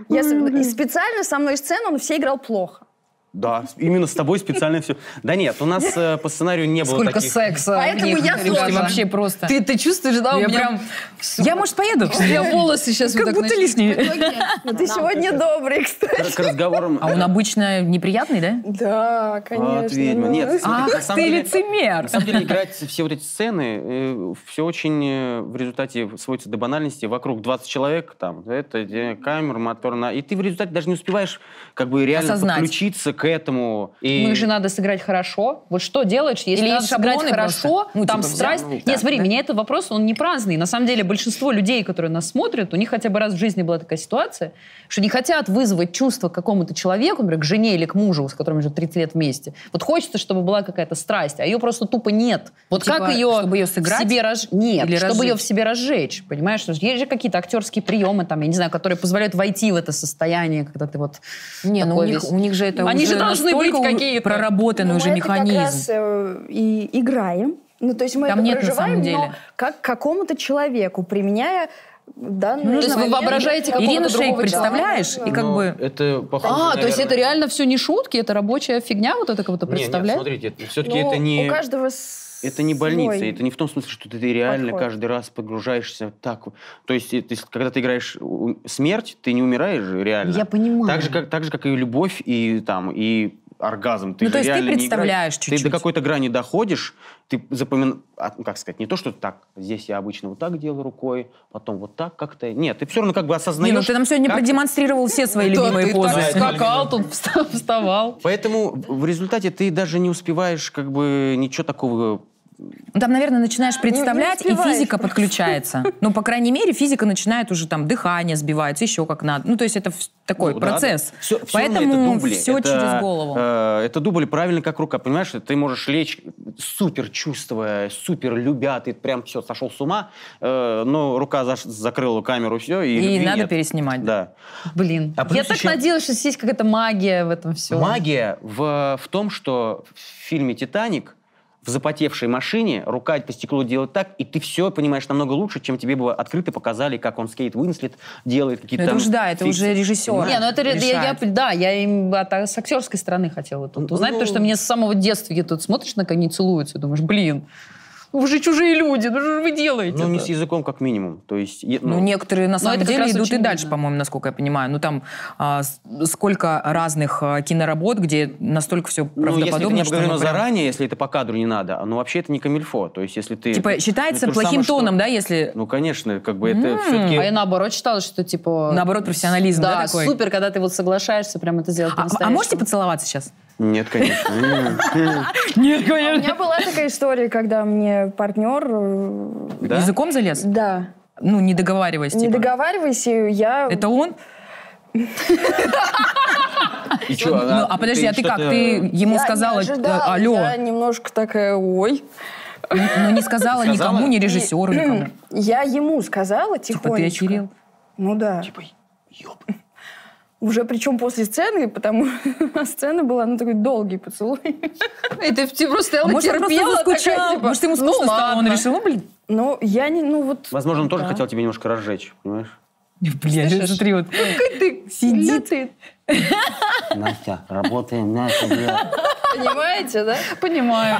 F: Я с- и специально со мной сцену он все играл плохо.
B: Да, именно с тобой специально все. Да нет, у нас э, по сценарию не было
A: Сколько
B: таких.
A: секса.
F: Поэтому
A: у них,
F: я
A: ребята.
F: сложно.
C: Вообще просто.
A: Ты, ты чувствуешь, да,
C: Я
A: у меня
C: прям-
A: всё.
C: Я, может, поеду?
A: У меня волосы сейчас
C: Как будто лишние.
F: Но ты сегодня добрый, кстати.
B: К, к разговорам.
C: А он обычно неприятный, да?
F: Да, конечно.
B: От ведьмы.
F: ну.
B: Нет, смотри, на
C: Ах,
B: самом
C: ты
B: деле-
C: лицемер!
B: На самом деле играть все вот эти сцены, все очень э, в результате сводится до банальности. Вокруг 20 человек, там, это э, камера, мотор, на... и ты в результате даже не успеваешь как бы реально
C: Осознать.
B: подключиться к к этому. И...
A: Ну, их же надо сыграть хорошо. Вот что делаешь, если
C: Или
A: надо
C: есть
A: сыграть
C: шаблоны
A: хорошо,
C: просто? Ну,
A: там
C: типа,
A: страсть.
C: взял, ну,
A: Нет,
C: так,
A: смотри,
C: да.
A: меня этот вопрос, он не праздный. На самом деле, большинство людей, которые нас смотрят, у них хотя бы раз в жизни была такая ситуация, что не хотят вызвать чувство к какому-то человеку, например, к жене или к мужу, с которым уже 30 лет вместе. Вот хочется, чтобы была какая-то страсть, а ее просто тупо нет. Вот
C: Типа,
A: как ее,
C: чтобы ее
A: в
C: сыграть?
A: себе разж- Нет,
C: Или
A: чтобы ее в
C: разжечь?
A: себе разжечь, понимаешь? Потому что Есть же какие-то актерские приемы, там, я не знаю, которые позволяют войти в это состояние, когда ты вот
C: Не, ну у
A: такой
C: них,
A: весь-
C: у них же это
A: Они
C: уже
A: же должны
C: настолько
A: быть
C: у-
A: какие-то.
C: проработанный
F: Ну,
C: уже
F: мы
C: механизм.
F: Это как раз э, и играем. Ну, то есть мы
C: Там
F: это
C: нет на
F: проживаем,
C: самом деле.
F: но как к какому-то человеку, применяя данные...
C: Ну,
A: то есть вы воображаете какого-то
C: Ирину Шейк
A: другого
C: представляешь?
F: человека.
C: И как
B: Но
C: бы...
B: Это похоже,
A: А, то есть
B: наверное-
A: это реально все не шутки, это рабочая фигня, вот это кого-то
B: Не, не,
A: представляет?
B: смотрите, все-таки
F: Ну,
B: это не...
F: У каждого с-
B: Это не больница,
F: свой.
B: это не в том смысле, что ты реально
F: подход.
B: каждый раз погружаешься так. То есть, э, ты с- когда ты играешь у- смерть, ты не умираешь же реально.
A: Я понимаю.
B: Так же, как, так же, как и любовь, и там, и оргазм. Ты
C: Ну,
B: же
C: то есть ты
B: реально не
C: представляешь
B: играешь.
C: чуть-чуть.
B: Ты до какой-то грани доходишь, ты запоминаешь, как сказать, не то, что так, здесь я обычно вот так делаю рукой, потом вот так как-то. Нет, ты все равно как бы
C: Не,
B: осознаешь.
C: ну ты нам сегодня
B: как-
C: продемонстрировал все свои любимые позы.
B: так
A: скакал
B: скакал
A: тут, вставал.
B: Поэтому в результате ты даже не успеешь как бы ничего такого
C: Ну, там, наверное, начинаешь представлять, и
F: успеваешь
C: физика
F: просто.
C: подключается. Ну, по крайней мере, физика начинает уже там дыхание сбивается, еще как надо. Ну, то есть это в- такой процесс.
B: Все,
C: Поэтому все через голову.
B: э, это дубль, правильно как рука. Понимаешь, ты можешь лечь супер чувствуя, супер любя, ты прям все, сошел с ума, э, но рука заш- закрыла камеру, все, и,
C: И
B: любви
C: надо
B: нет.
C: переснимать.
B: Да.
A: Блин,
B: А
A: я
B: плюс
A: так
B: еще-
A: надеялась, что здесь есть какая-то магия в этом все.
B: Магия в, в том, что в фильме «Титаник» в запотевшей машине рука по стеклу делает так, и ты все понимаешь намного лучше, чем тебе бы открыто показали, как он скейт Уинслет делает какие-то
C: Ну, это
B: там
C: уж да, это
B: фиксы.
C: уже режиссер.
B: Понимаешь?
A: Не, ну это ре- я, я-
C: Решает.
A: да, я им от- с актерской стороны хотела тут
B: Ну,
A: узнать, потому что мне с самого детства я тут смотришь, на как они целуются, и думаешь, блин, ну вы же чужие люди, ну что же вы делаете?
B: Ну, не с языком, как минимум. То есть, е-
C: Ну, некоторые, на самом
A: это как
C: деле,
A: раз
C: идут
A: очень
C: и дальше,
A: видно.
C: по-моему, насколько я понимаю. Ну, там а, с- сколько разных а, киноработ, где настолько все
B: Ну, если это
C: правдоподобно,
B: не
C: что оно
B: обговорено
C: прям-
B: заранее, если это по кадру не надо, но вообще это не камильфо. То есть, если ты...
C: Типа,
B: ну, то
C: считается
B: же
C: плохим
B: самое, что-
C: тоном, да, если...
B: Ну, конечно, как бы это
C: М,
B: все-таки...
A: А я наоборот считала, что типа...
C: Наоборот, профессионализм, да,
A: Да,
C: такой?
A: супер, когда ты вот соглашаешься прям это сделать
C: А, а
A: по-настоящему.
C: можете поцеловаться сейчас?
B: Нет, конечно.
C: Нет,
F: А У меня была такая история, когда мне партнер... э,
B: Да?
C: Языком залез?
F: Да.
C: Ну, не договариваясь,
F: Не
C: типа.
F: договаривайся, я...
C: Это он?
B: И чё,
C: ну, а подожди, а ты как?
B: что-то-
C: Ты ему
F: Я не
C: сказала,
F: ожидала,
C: э, алло,
F: Я немножко такая, ой.
C: ну не сказала,
B: Сказала?
C: никому, ни режиссеру, никому.
F: Я ему сказала
C: Типа
F: тихонечко.
C: ты очерил.
F: Ну да. Уже причем после сцены, потому сцена была, ну, такой долгий поцелуй.
A: И ты, ты просто стояла,
C: А Может, он просто
A: терпела, такая,
C: заскучал,
A: типа,
C: может,
A: «Ну
C: ему скучно стало, он
A: ладно».
C: решил, ну, блин,
F: Но я не, ну вот...
B: Возможно, он тоже
F: Да.
B: хотел тебя немножко разжечь, понимаешь?
C: блин, смотри, вот сидит.
B: Настя, работаем, Настя,
F: Понимаете, да?
A: Понимаю.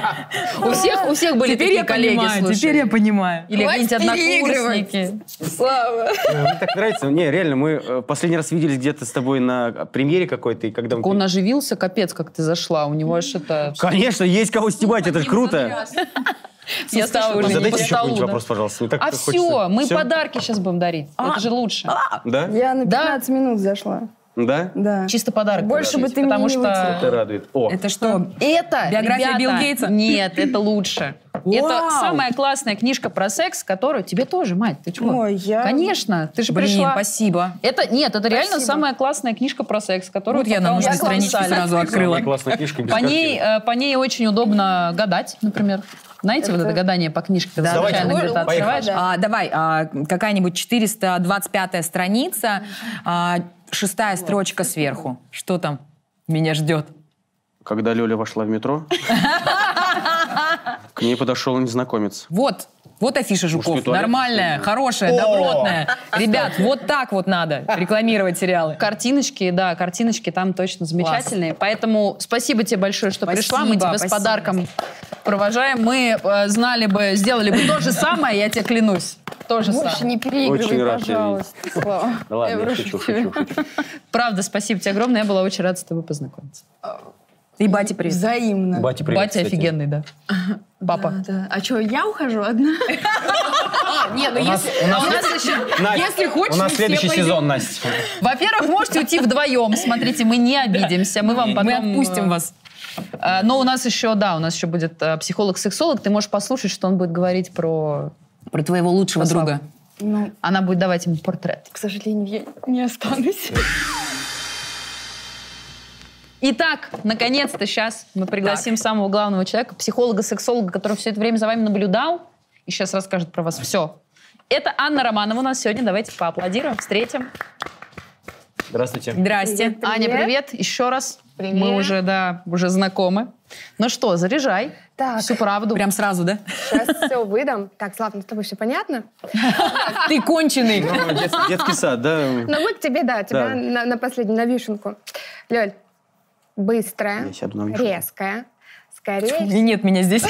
A: У всех, у всех были
C: Теперь
A: такие
C: я
A: коллеги,
C: понимаю,
A: слушай.
C: теперь я понимаю.
A: Или
F: Хватит
A: какие-нибудь однокурсники.
F: переигрывать. Слава.
B: Э, Мне так нравится. Не, реально, мы э, последний раз виделись где-то с тобой на премьере какой-то, и когда...
A: Так
B: мы-
A: Он оживился, капец, как ты зашла. У него аж это...
B: Конечно, есть кого стебать, это же круто.
A: Я стала
B: Ой,
A: уже
B: Задайте
A: по
B: еще
A: столу.
B: какой-нибудь
A: да.
B: вопрос, пожалуйста. мне так
A: А
B: хочется.
A: все, мы
B: Всё?
A: подарки сейчас будем дарить. Это же лучше.
B: Да?
F: Я на
A: Да.
F: 15 минут зашла.
B: Да?
F: Да.
A: Чисто подарок.
F: Больше бы
A: подарить,
F: ты меня
A: потому
F: не
A: что...
B: Это радует. О,
C: Это что?
A: Это,
C: Биография
A: ребята,
C: Билл Гейтса?
A: Нет, это лучше. Это
C: Вау!
A: самая классная книжка про секс, которую тебе тоже, мать, ты чего?
F: Ой, я-
A: Конечно, ты же
C: Блин,
A: пришла.
C: спасибо.
A: Это нет, это реально
F: Спасибо.
A: самая классная книжка про секс, которую
C: Вот я
A: пока
C: на
A: у
C: нужной
A: нас не
C: страничке
A: писали.
C: сразу открыла.
B: Самая классная книжка без
A: По ней,
B: картинок.
A: э, по ней очень удобно гадать, например. Знаете, вот
F: Это-
A: это гадание по книжке, когда
C: Да,
A: случайно
F: давайте,
A: где-то
F: поехали.
A: открываешь.
F: Да.
C: А, давай, а, какая-нибудь 425 страница, а, шестая строчка сверху. Что там меня ждет?
B: Когда Лёля вошла в метро, к ней подошел незнакомец.
C: Вот, вот афиша Жуков.
B: Мужской туалет.
C: Нормальная, хорошая, добротная. Ребят, вот так вот надо рекламировать сериалы.
A: Картиночки, да, картиночки там точно замечательные. Поэтому спасибо тебе большое, что
C: Спасибо,
A: пришла. Мы тебя с
C: спасибо.
A: подарком провожаем. Мы э, знали бы, сделали бы то же самое, я тебе клянусь. То же
F: Больше
A: самое.
F: не переигрывай,
B: Очень рад тебя
F: пожалуйста. Слава.
B: Да ладно, я
F: прошу
B: шучу,
F: тебя.
B: шучу, шучу.
A: Правда, спасибо тебе огромное. Я была очень рада с тобой познакомиться.
D: И бате привет.
F: Взаимно.
E: Батя, привет,
A: Батя
E: кстати.
A: офигенный, да. Папа.
F: Да, да. А что, я ухожу одна?
C: Не, ну
E: У нас-
C: если...
E: у нас-
C: а у нас еще...
E: Настя,
C: Если хочешь,
E: у нас
C: мы
E: следующий
C: все пойдем.
E: сезон, Настя.
A: Во-первых, можете уйти вдвоем. Смотрите, мы не обидимся. Мы вам потом...
D: Мы отпустим
A: э,
D: вас.
A: э, Но у нас еще, да, у нас еще будет э, психолог-сексолог. Ты можешь послушать, что он будет говорить про...
C: Про твоего лучшего
A: Слава.
C: друга.
F: Ну,
A: Она будет давать ему портрет.
F: к сожалению, я не останусь.
A: Итак, наконец-то сейчас мы пригласим самого главного человека, психолога-сексолога, который все это время за вами наблюдал и сейчас расскажет про вас все. Это Анна Романова у нас сегодня. Давайте поаплодируем, встретим.
E: Здравствуйте.
D: Здрасте.
F: Привет,
A: Аня,
F: привет.
A: привет еще раз.
F: Привет.
A: Мы уже, да, уже знакомы. Ну что, заряжай
G: Так,
A: всю правду.
D: Прям сразу, да?
G: сейчас все выдам. Так, Слав, ну с тобой все понятно?
D: Ты конченый.
E: Ну, дет- Детский сад, да?
G: Но мы к Ну тебе, да, тебя
E: Да.
G: На, на последнюю, на вишенку. Лёль, быстрая,
B: Я сяду на вишенку.
G: резкая, скорее.
D: И нет меня здесь.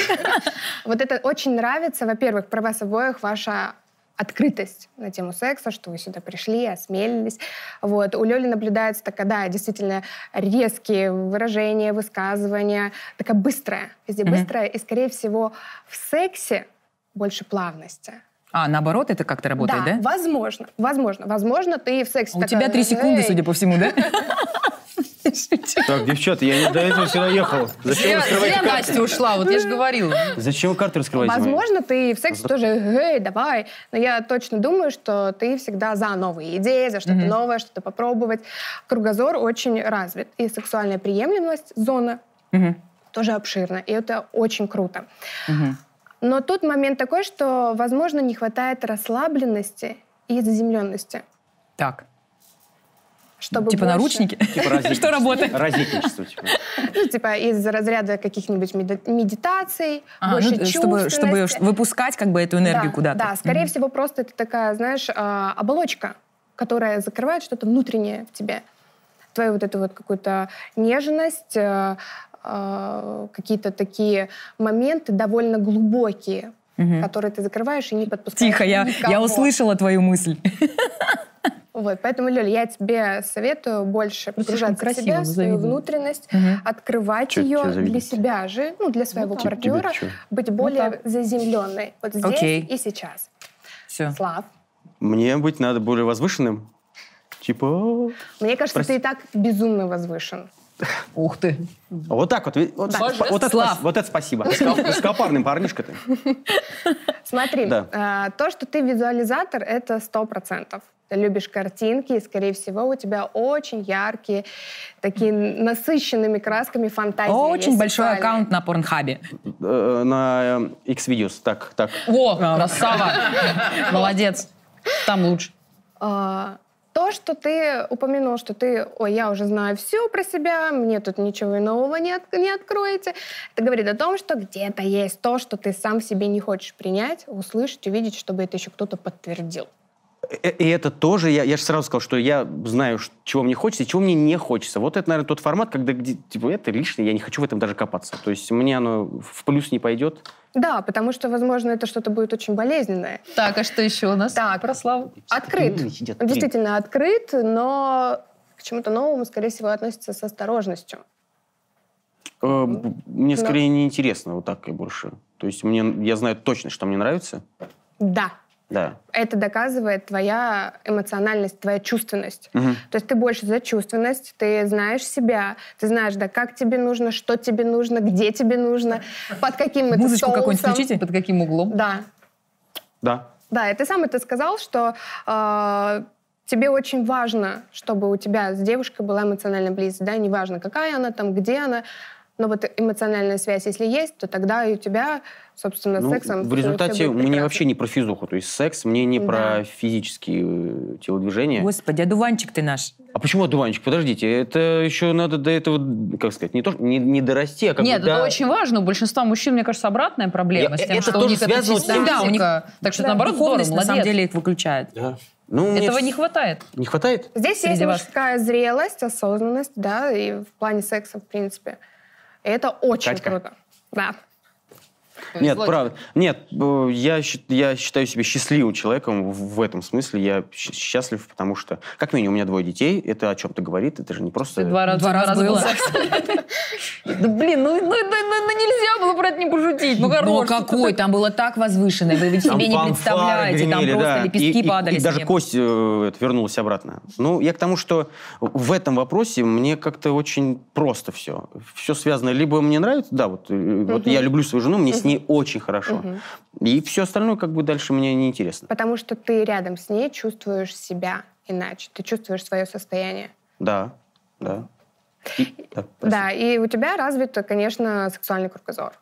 G: Вот это очень нравится, во-первых, про вас обоих, ваша открытость на тему секса, что вы сюда пришли, осмелились. Вот. У Лёли наблюдается такая, да, действительно резкие выражения, высказывания, такая быстрая, везде
C: Мгм.
G: быстрая, и, скорее всего, в сексе больше плавности.
C: А, наоборот, это как-то работает, да?
G: возможно, возможно. Возможно, ты в сексе
C: А У
G: такая,
C: тебя три секунды,
G: «Эй,
C: судя по всему, да?
E: Так, девчата, я не до этого сюда ехал. Зачем
A: Зря,
E: вы
A: зря
E: раскрываете карты?
A: Настя ушла, вот я же говорила.
E: Зачем вы карты раскрываете? мои?
G: Возможно, ты в сексе тоже, эй, давай. Но я точно думаю, что ты всегда за новые идеи, за что-то
C: Мгм.
G: новое, что-то попробовать. Кругозор очень развит. И сексуальная приемлемость, зона
C: Мгм.
G: тоже обширна. И это очень круто.
C: Мгм.
G: Но тут момент такой, что, возможно, не хватает расслабленности и заземленности.
C: Так,
G: Чтобы
C: типа
G: больше-
C: наручники?
E: Типа разнитничество.
C: Что работает?
E: Разнитничество, типа.
G: Ну, типа из разряда каких-нибудь меди- медитаций,
C: А,
G: больше
C: ну, чтобы, чтобы
G: чувственности.
C: выпускать как бы эту энергию
G: да,
C: куда-то.
G: Да, скорее
C: Мгм.
G: всего, просто это такая, знаешь, а, оболочка, которая закрывает что-то внутреннее в тебе. Твою вот эту вот какую-то нежность, э, э, какие-то такие моменты довольно глубокие,
C: Мгм.
G: которые ты закрываешь и не подпускаешь
C: Тихо, я, я
G: никого.
C: услышала твою мысль.
G: Вот, поэтому, Лёля, я тебе советую больше
C: Ну,
A: слишком
G: погружаться в
A: красиво,
G: себя, в свою
A: завидую.
G: внутренность,
C: Мгм.
G: открывать
E: Чё,
G: ее
E: тебя завидеть?
G: для себя же, ну, для своего
E: Типа, тебе
G: партнера,
E: чё?
G: быть более заземленной. Вот здесь
C: Ну, Окей.
G: и сейчас.
C: Все.
G: Слав,
B: Мне быть надо более возвышенным. Типа... «О».
G: Мне кажется,
B: Прости.
G: ты и так безумно возвышен.
A: Ух ты.
B: Вот так вот. ви- Вот,
A: Да.
B: спа- вот это,
A: Слав.
B: спа- вот это спасибо. Высоко- Высокопарный парнишка ты.
G: Смотри,
B: Да.
G: а, то, что ты визуализатор, это сто процентов. Ты любишь картинки, и, скорее всего, у тебя очень яркие, такие насыщенными красками фантазии.
C: Очень
G: А есть
C: большой
G: сексуальные.
C: аккаунт на порнхабе.
B: Э, На э, X-Videos. Так, так.
A: О, красава. Молодец. Там лучше.
G: А, то, что ты упомянул, что ты, ой, я уже знаю все про себя, мне тут ничего и нового не, от- не откроете, это говорит о том, что где-то есть то, что ты сам в себе не хочешь принять, услышать, увидеть, чтобы это еще кто-то подтвердил.
B: Э, И это тоже, я, я же сразу сказал, что я знаю, ш- чего мне хочется и чего мне не хочется. Вот это, наверное, тот формат, когда где- типа, это лишнее, я не хочу в этом даже копаться. То есть мне оно в плюс не пойдет.
G: Да, потому что, возможно, это что-то будет очень болезненное.
A: Так, а что еще у нас?
G: Так,
A: про Славу.
G: Открыт.
B: М, сидят три.
G: Действительно открыт, но к чему-то новому, скорее всего, относится с осторожностью.
B: Э, б- Мне
G: Да.
B: скорее неинтересно вот так и больше. То есть мне, я знаю точно, что мне нравится.
G: Да,
B: Да.
G: это доказывает твоя эмоциональность, твоя чувственность.
B: Мгм.
G: То есть ты больше за чувственность, ты знаешь себя, ты знаешь, да, как тебе нужно, что тебе нужно, где тебе нужно, под каким это
C: Музычку какую-нибудь
G: соусом.
C: включите.
A: Под каким углом?
G: Да,
B: Да.
G: Да, и ты сам это сказал, что э, тебе очень важно, чтобы у тебя с девушкой была эмоциональная близость, да, неважно, какая она там, где она, но вот эмоциональная связь, если есть, то тогда и у тебя, собственно, с
B: Ну,
G: сексом...
B: в
G: всё- всё
B: результате
G: будет
B: мне
G: прекрасно.
B: вообще не про физуху. То есть секс мне не
G: Да.
B: про физические э, телодвижения.
C: Господи, одуванчик ты наш.
B: А почему одуванчик? Подождите, это еще надо до этого, как сказать, не то, что- не, не дорасти, а как
A: Нет,
B: бы до-
A: это очень важно. У большинства мужчин, мне кажется, обратная проблема
B: Я-
A: с тем,
B: это
A: что у
B: тоже
A: них это
B: связано с тем,
A: физика.
C: Да, у них-
A: Так что,
C: Да,
A: наоборот, здорово,
C: духовность, на самом
A: молодец.
C: деле, их выключает.
B: Да. Ну, мне
A: Этого
B: с-
A: не хватает.
B: не хватает?
G: Здесь
A: среди
G: есть
A: вас.
G: мужская зрелость, осознанность, да, и в плане секса, в принципе. И это очень
B: Катька.
G: круто. Да.
A: повезло
D: Э,
B: Нет,
A: тебе.
B: правда. Нет, э, я, щи- я считаю себя счастливым человеком в в этом смысле. Я щ- счастлив, потому что, как минимум, у меня двое детей. Это о чем-то говорит. Это же не просто...
A: Ты два раза,
D: Два раза
A: был
D: было.
A: секс. Да блин, ну, ну, ну, ну, ну нельзя было про это не пошутить. Ну хорош.
D: Ну
A: что
D: какой, там было так возвышенное, вы ведь
B: Там
D: себе не
B: фанфары
D: представляете, там
B: гремели,
D: просто
B: да.
D: лепестки
B: И- и-
D: падали.
B: И, даже
D: с неба.
B: кость э, это, вернулась обратно. Ну, я к тому, что в этом вопросе мне как-то очень просто все. Все связано. Либо мне нравится, да, вот, э, вот
G: Мгм.
B: я люблю свою жену, мне с ней очень хорошо.
G: Мгм.
B: И все остальное как бы дальше мне неинтересно.
G: Потому что ты рядом с ней чувствуешь себя иначе, ты чувствуешь свое состояние.
B: Да, да. И- да, прости.
G: Да, и у тебя развит, конечно, сексуальный кругозор.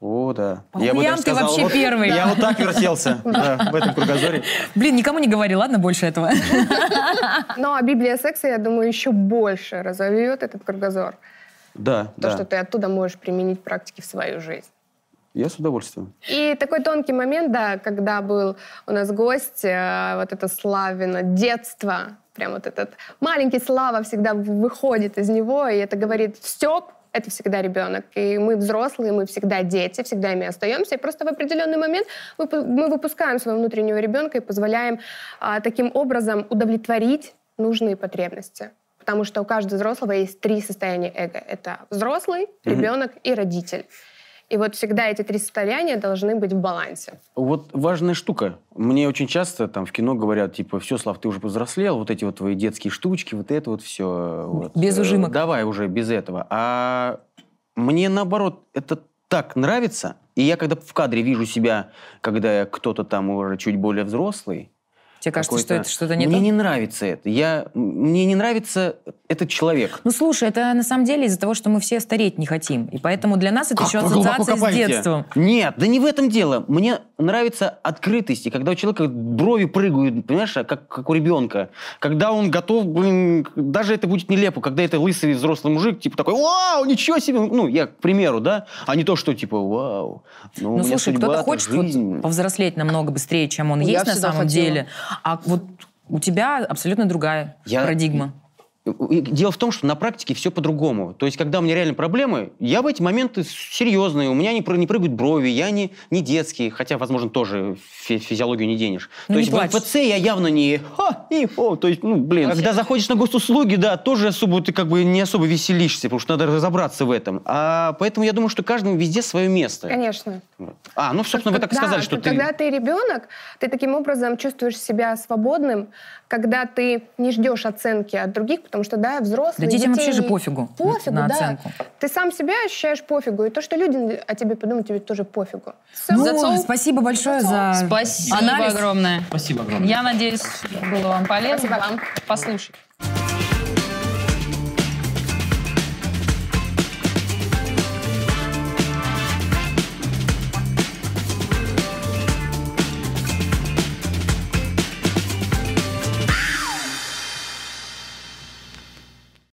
B: О, да.
D: По хуям ты вообще
E: вот
D: первый.
E: Я вот так вертелся да, в этом кругозоре.
D: Блин, никому не говори, ладно, больше этого.
G: Но Библия секса, я думаю, еще больше разовьет этот кругозор.
B: Да,
G: То,
B: да.
G: что ты оттуда можешь применить практики в свою жизнь.
B: Я с удовольствием.
G: И такой тонкий момент, да, когда был у нас гость, э, вот это Славина детство, прям вот этот маленький Слава всегда выходит из него, и это говорит Степ, это всегда ребенок. И мы взрослые, мы всегда дети, всегда ими остаемся. И просто в определенный момент мы, пу- мы выпускаем своего внутреннего ребенка и позволяем а, таким образом удовлетворить нужные потребности. Потому что у каждого взрослого есть три состояния эго. Это взрослый, ребенок и родитель. И вот всегда эти три состояния должны быть в балансе.
B: Вот важная штука. Мне очень часто там в кино говорят, типа, все, Слав, ты уже повзрослел, вот эти вот твои детские штучки, вот это вот все.
D: Без ужимок.
B: Давай уже без этого. А мне наоборот, это так нравится. И я когда в кадре вижу себя, когда я кто-то там уже чуть более взрослый,
D: Тебе кажется, что
B: какой-то-
D: это что-то не
B: Мне
D: то?
B: не нравится это. Я... Мне не нравится этот человек.
D: Ну, слушай, это на самом деле из-за того, что мы все стареть не хотим. И поэтому для нас это
B: Как
D: еще
B: вы глубоко
D: ассоциация с
B: копаете?
D: детством.
B: Нет, да не в этом дело. Мне нравится открытость. И когда у человека брови прыгают, понимаешь, а как, как у ребенка. Когда он готов, блин, к- даже это будет нелепо, когда это лысый взрослый мужик, типа такой, вау, ничего себе. Ну, я к примеру, да, а не то, что типа, вау. у
D: Ну,
B: меня
D: слушай,
B: судьба,
D: кто-то
B: это
D: хочет вот
B: жизнь».
D: повзрослеть намного быстрее, чем он
A: Я
D: есть на
A: всегда
D: самом
A: хотела.
D: деле. А вот у тебя абсолютно другая
B: Я-
D: парадигма.
B: И Дело в том, что на практике все по-другому. То есть, когда у меня реально проблемы, я в эти моменты серьезные, у меня не, пры- не прыгают брови, я не, не детский, хотя, возможно, тоже фи- физиологию не денешь.
D: Ну,
B: то
D: не
B: есть,
D: плачь.
B: в ЛПЦ я явно не «Ха, и, о», то есть, ну, блин. Когда заходишь на госуслуги, да, тоже особо ты как бы не особо веселишься, потому что надо разобраться в этом. А поэтому я думаю, что каждому везде свое место.
G: Конечно.
B: А, ну, собственно, вы так и
G: Да,
B: сказали, что ты...
G: Когда ты ребенок, ты таким образом чувствуешь себя свободным, когда ты не ждешь оценки от других, потому что, да,
D: Да
G: взрослые...
D: детям
G: детей
D: вообще же
G: не-
D: пофигу,
G: Пофигу,
D: на
G: да.
D: оценку.
G: Ты сам себя ощущаешь пофигу, и то, что люди о тебе подумают, тебе тоже пофигу. Всё.
D: Ну,
A: Зацол?
D: спасибо большое за
A: Спасибо
D: анализ.
A: огромное. Спасибо огромное. Я надеюсь, было вам полезно.
G: Спасибо вам.
A: Послушать.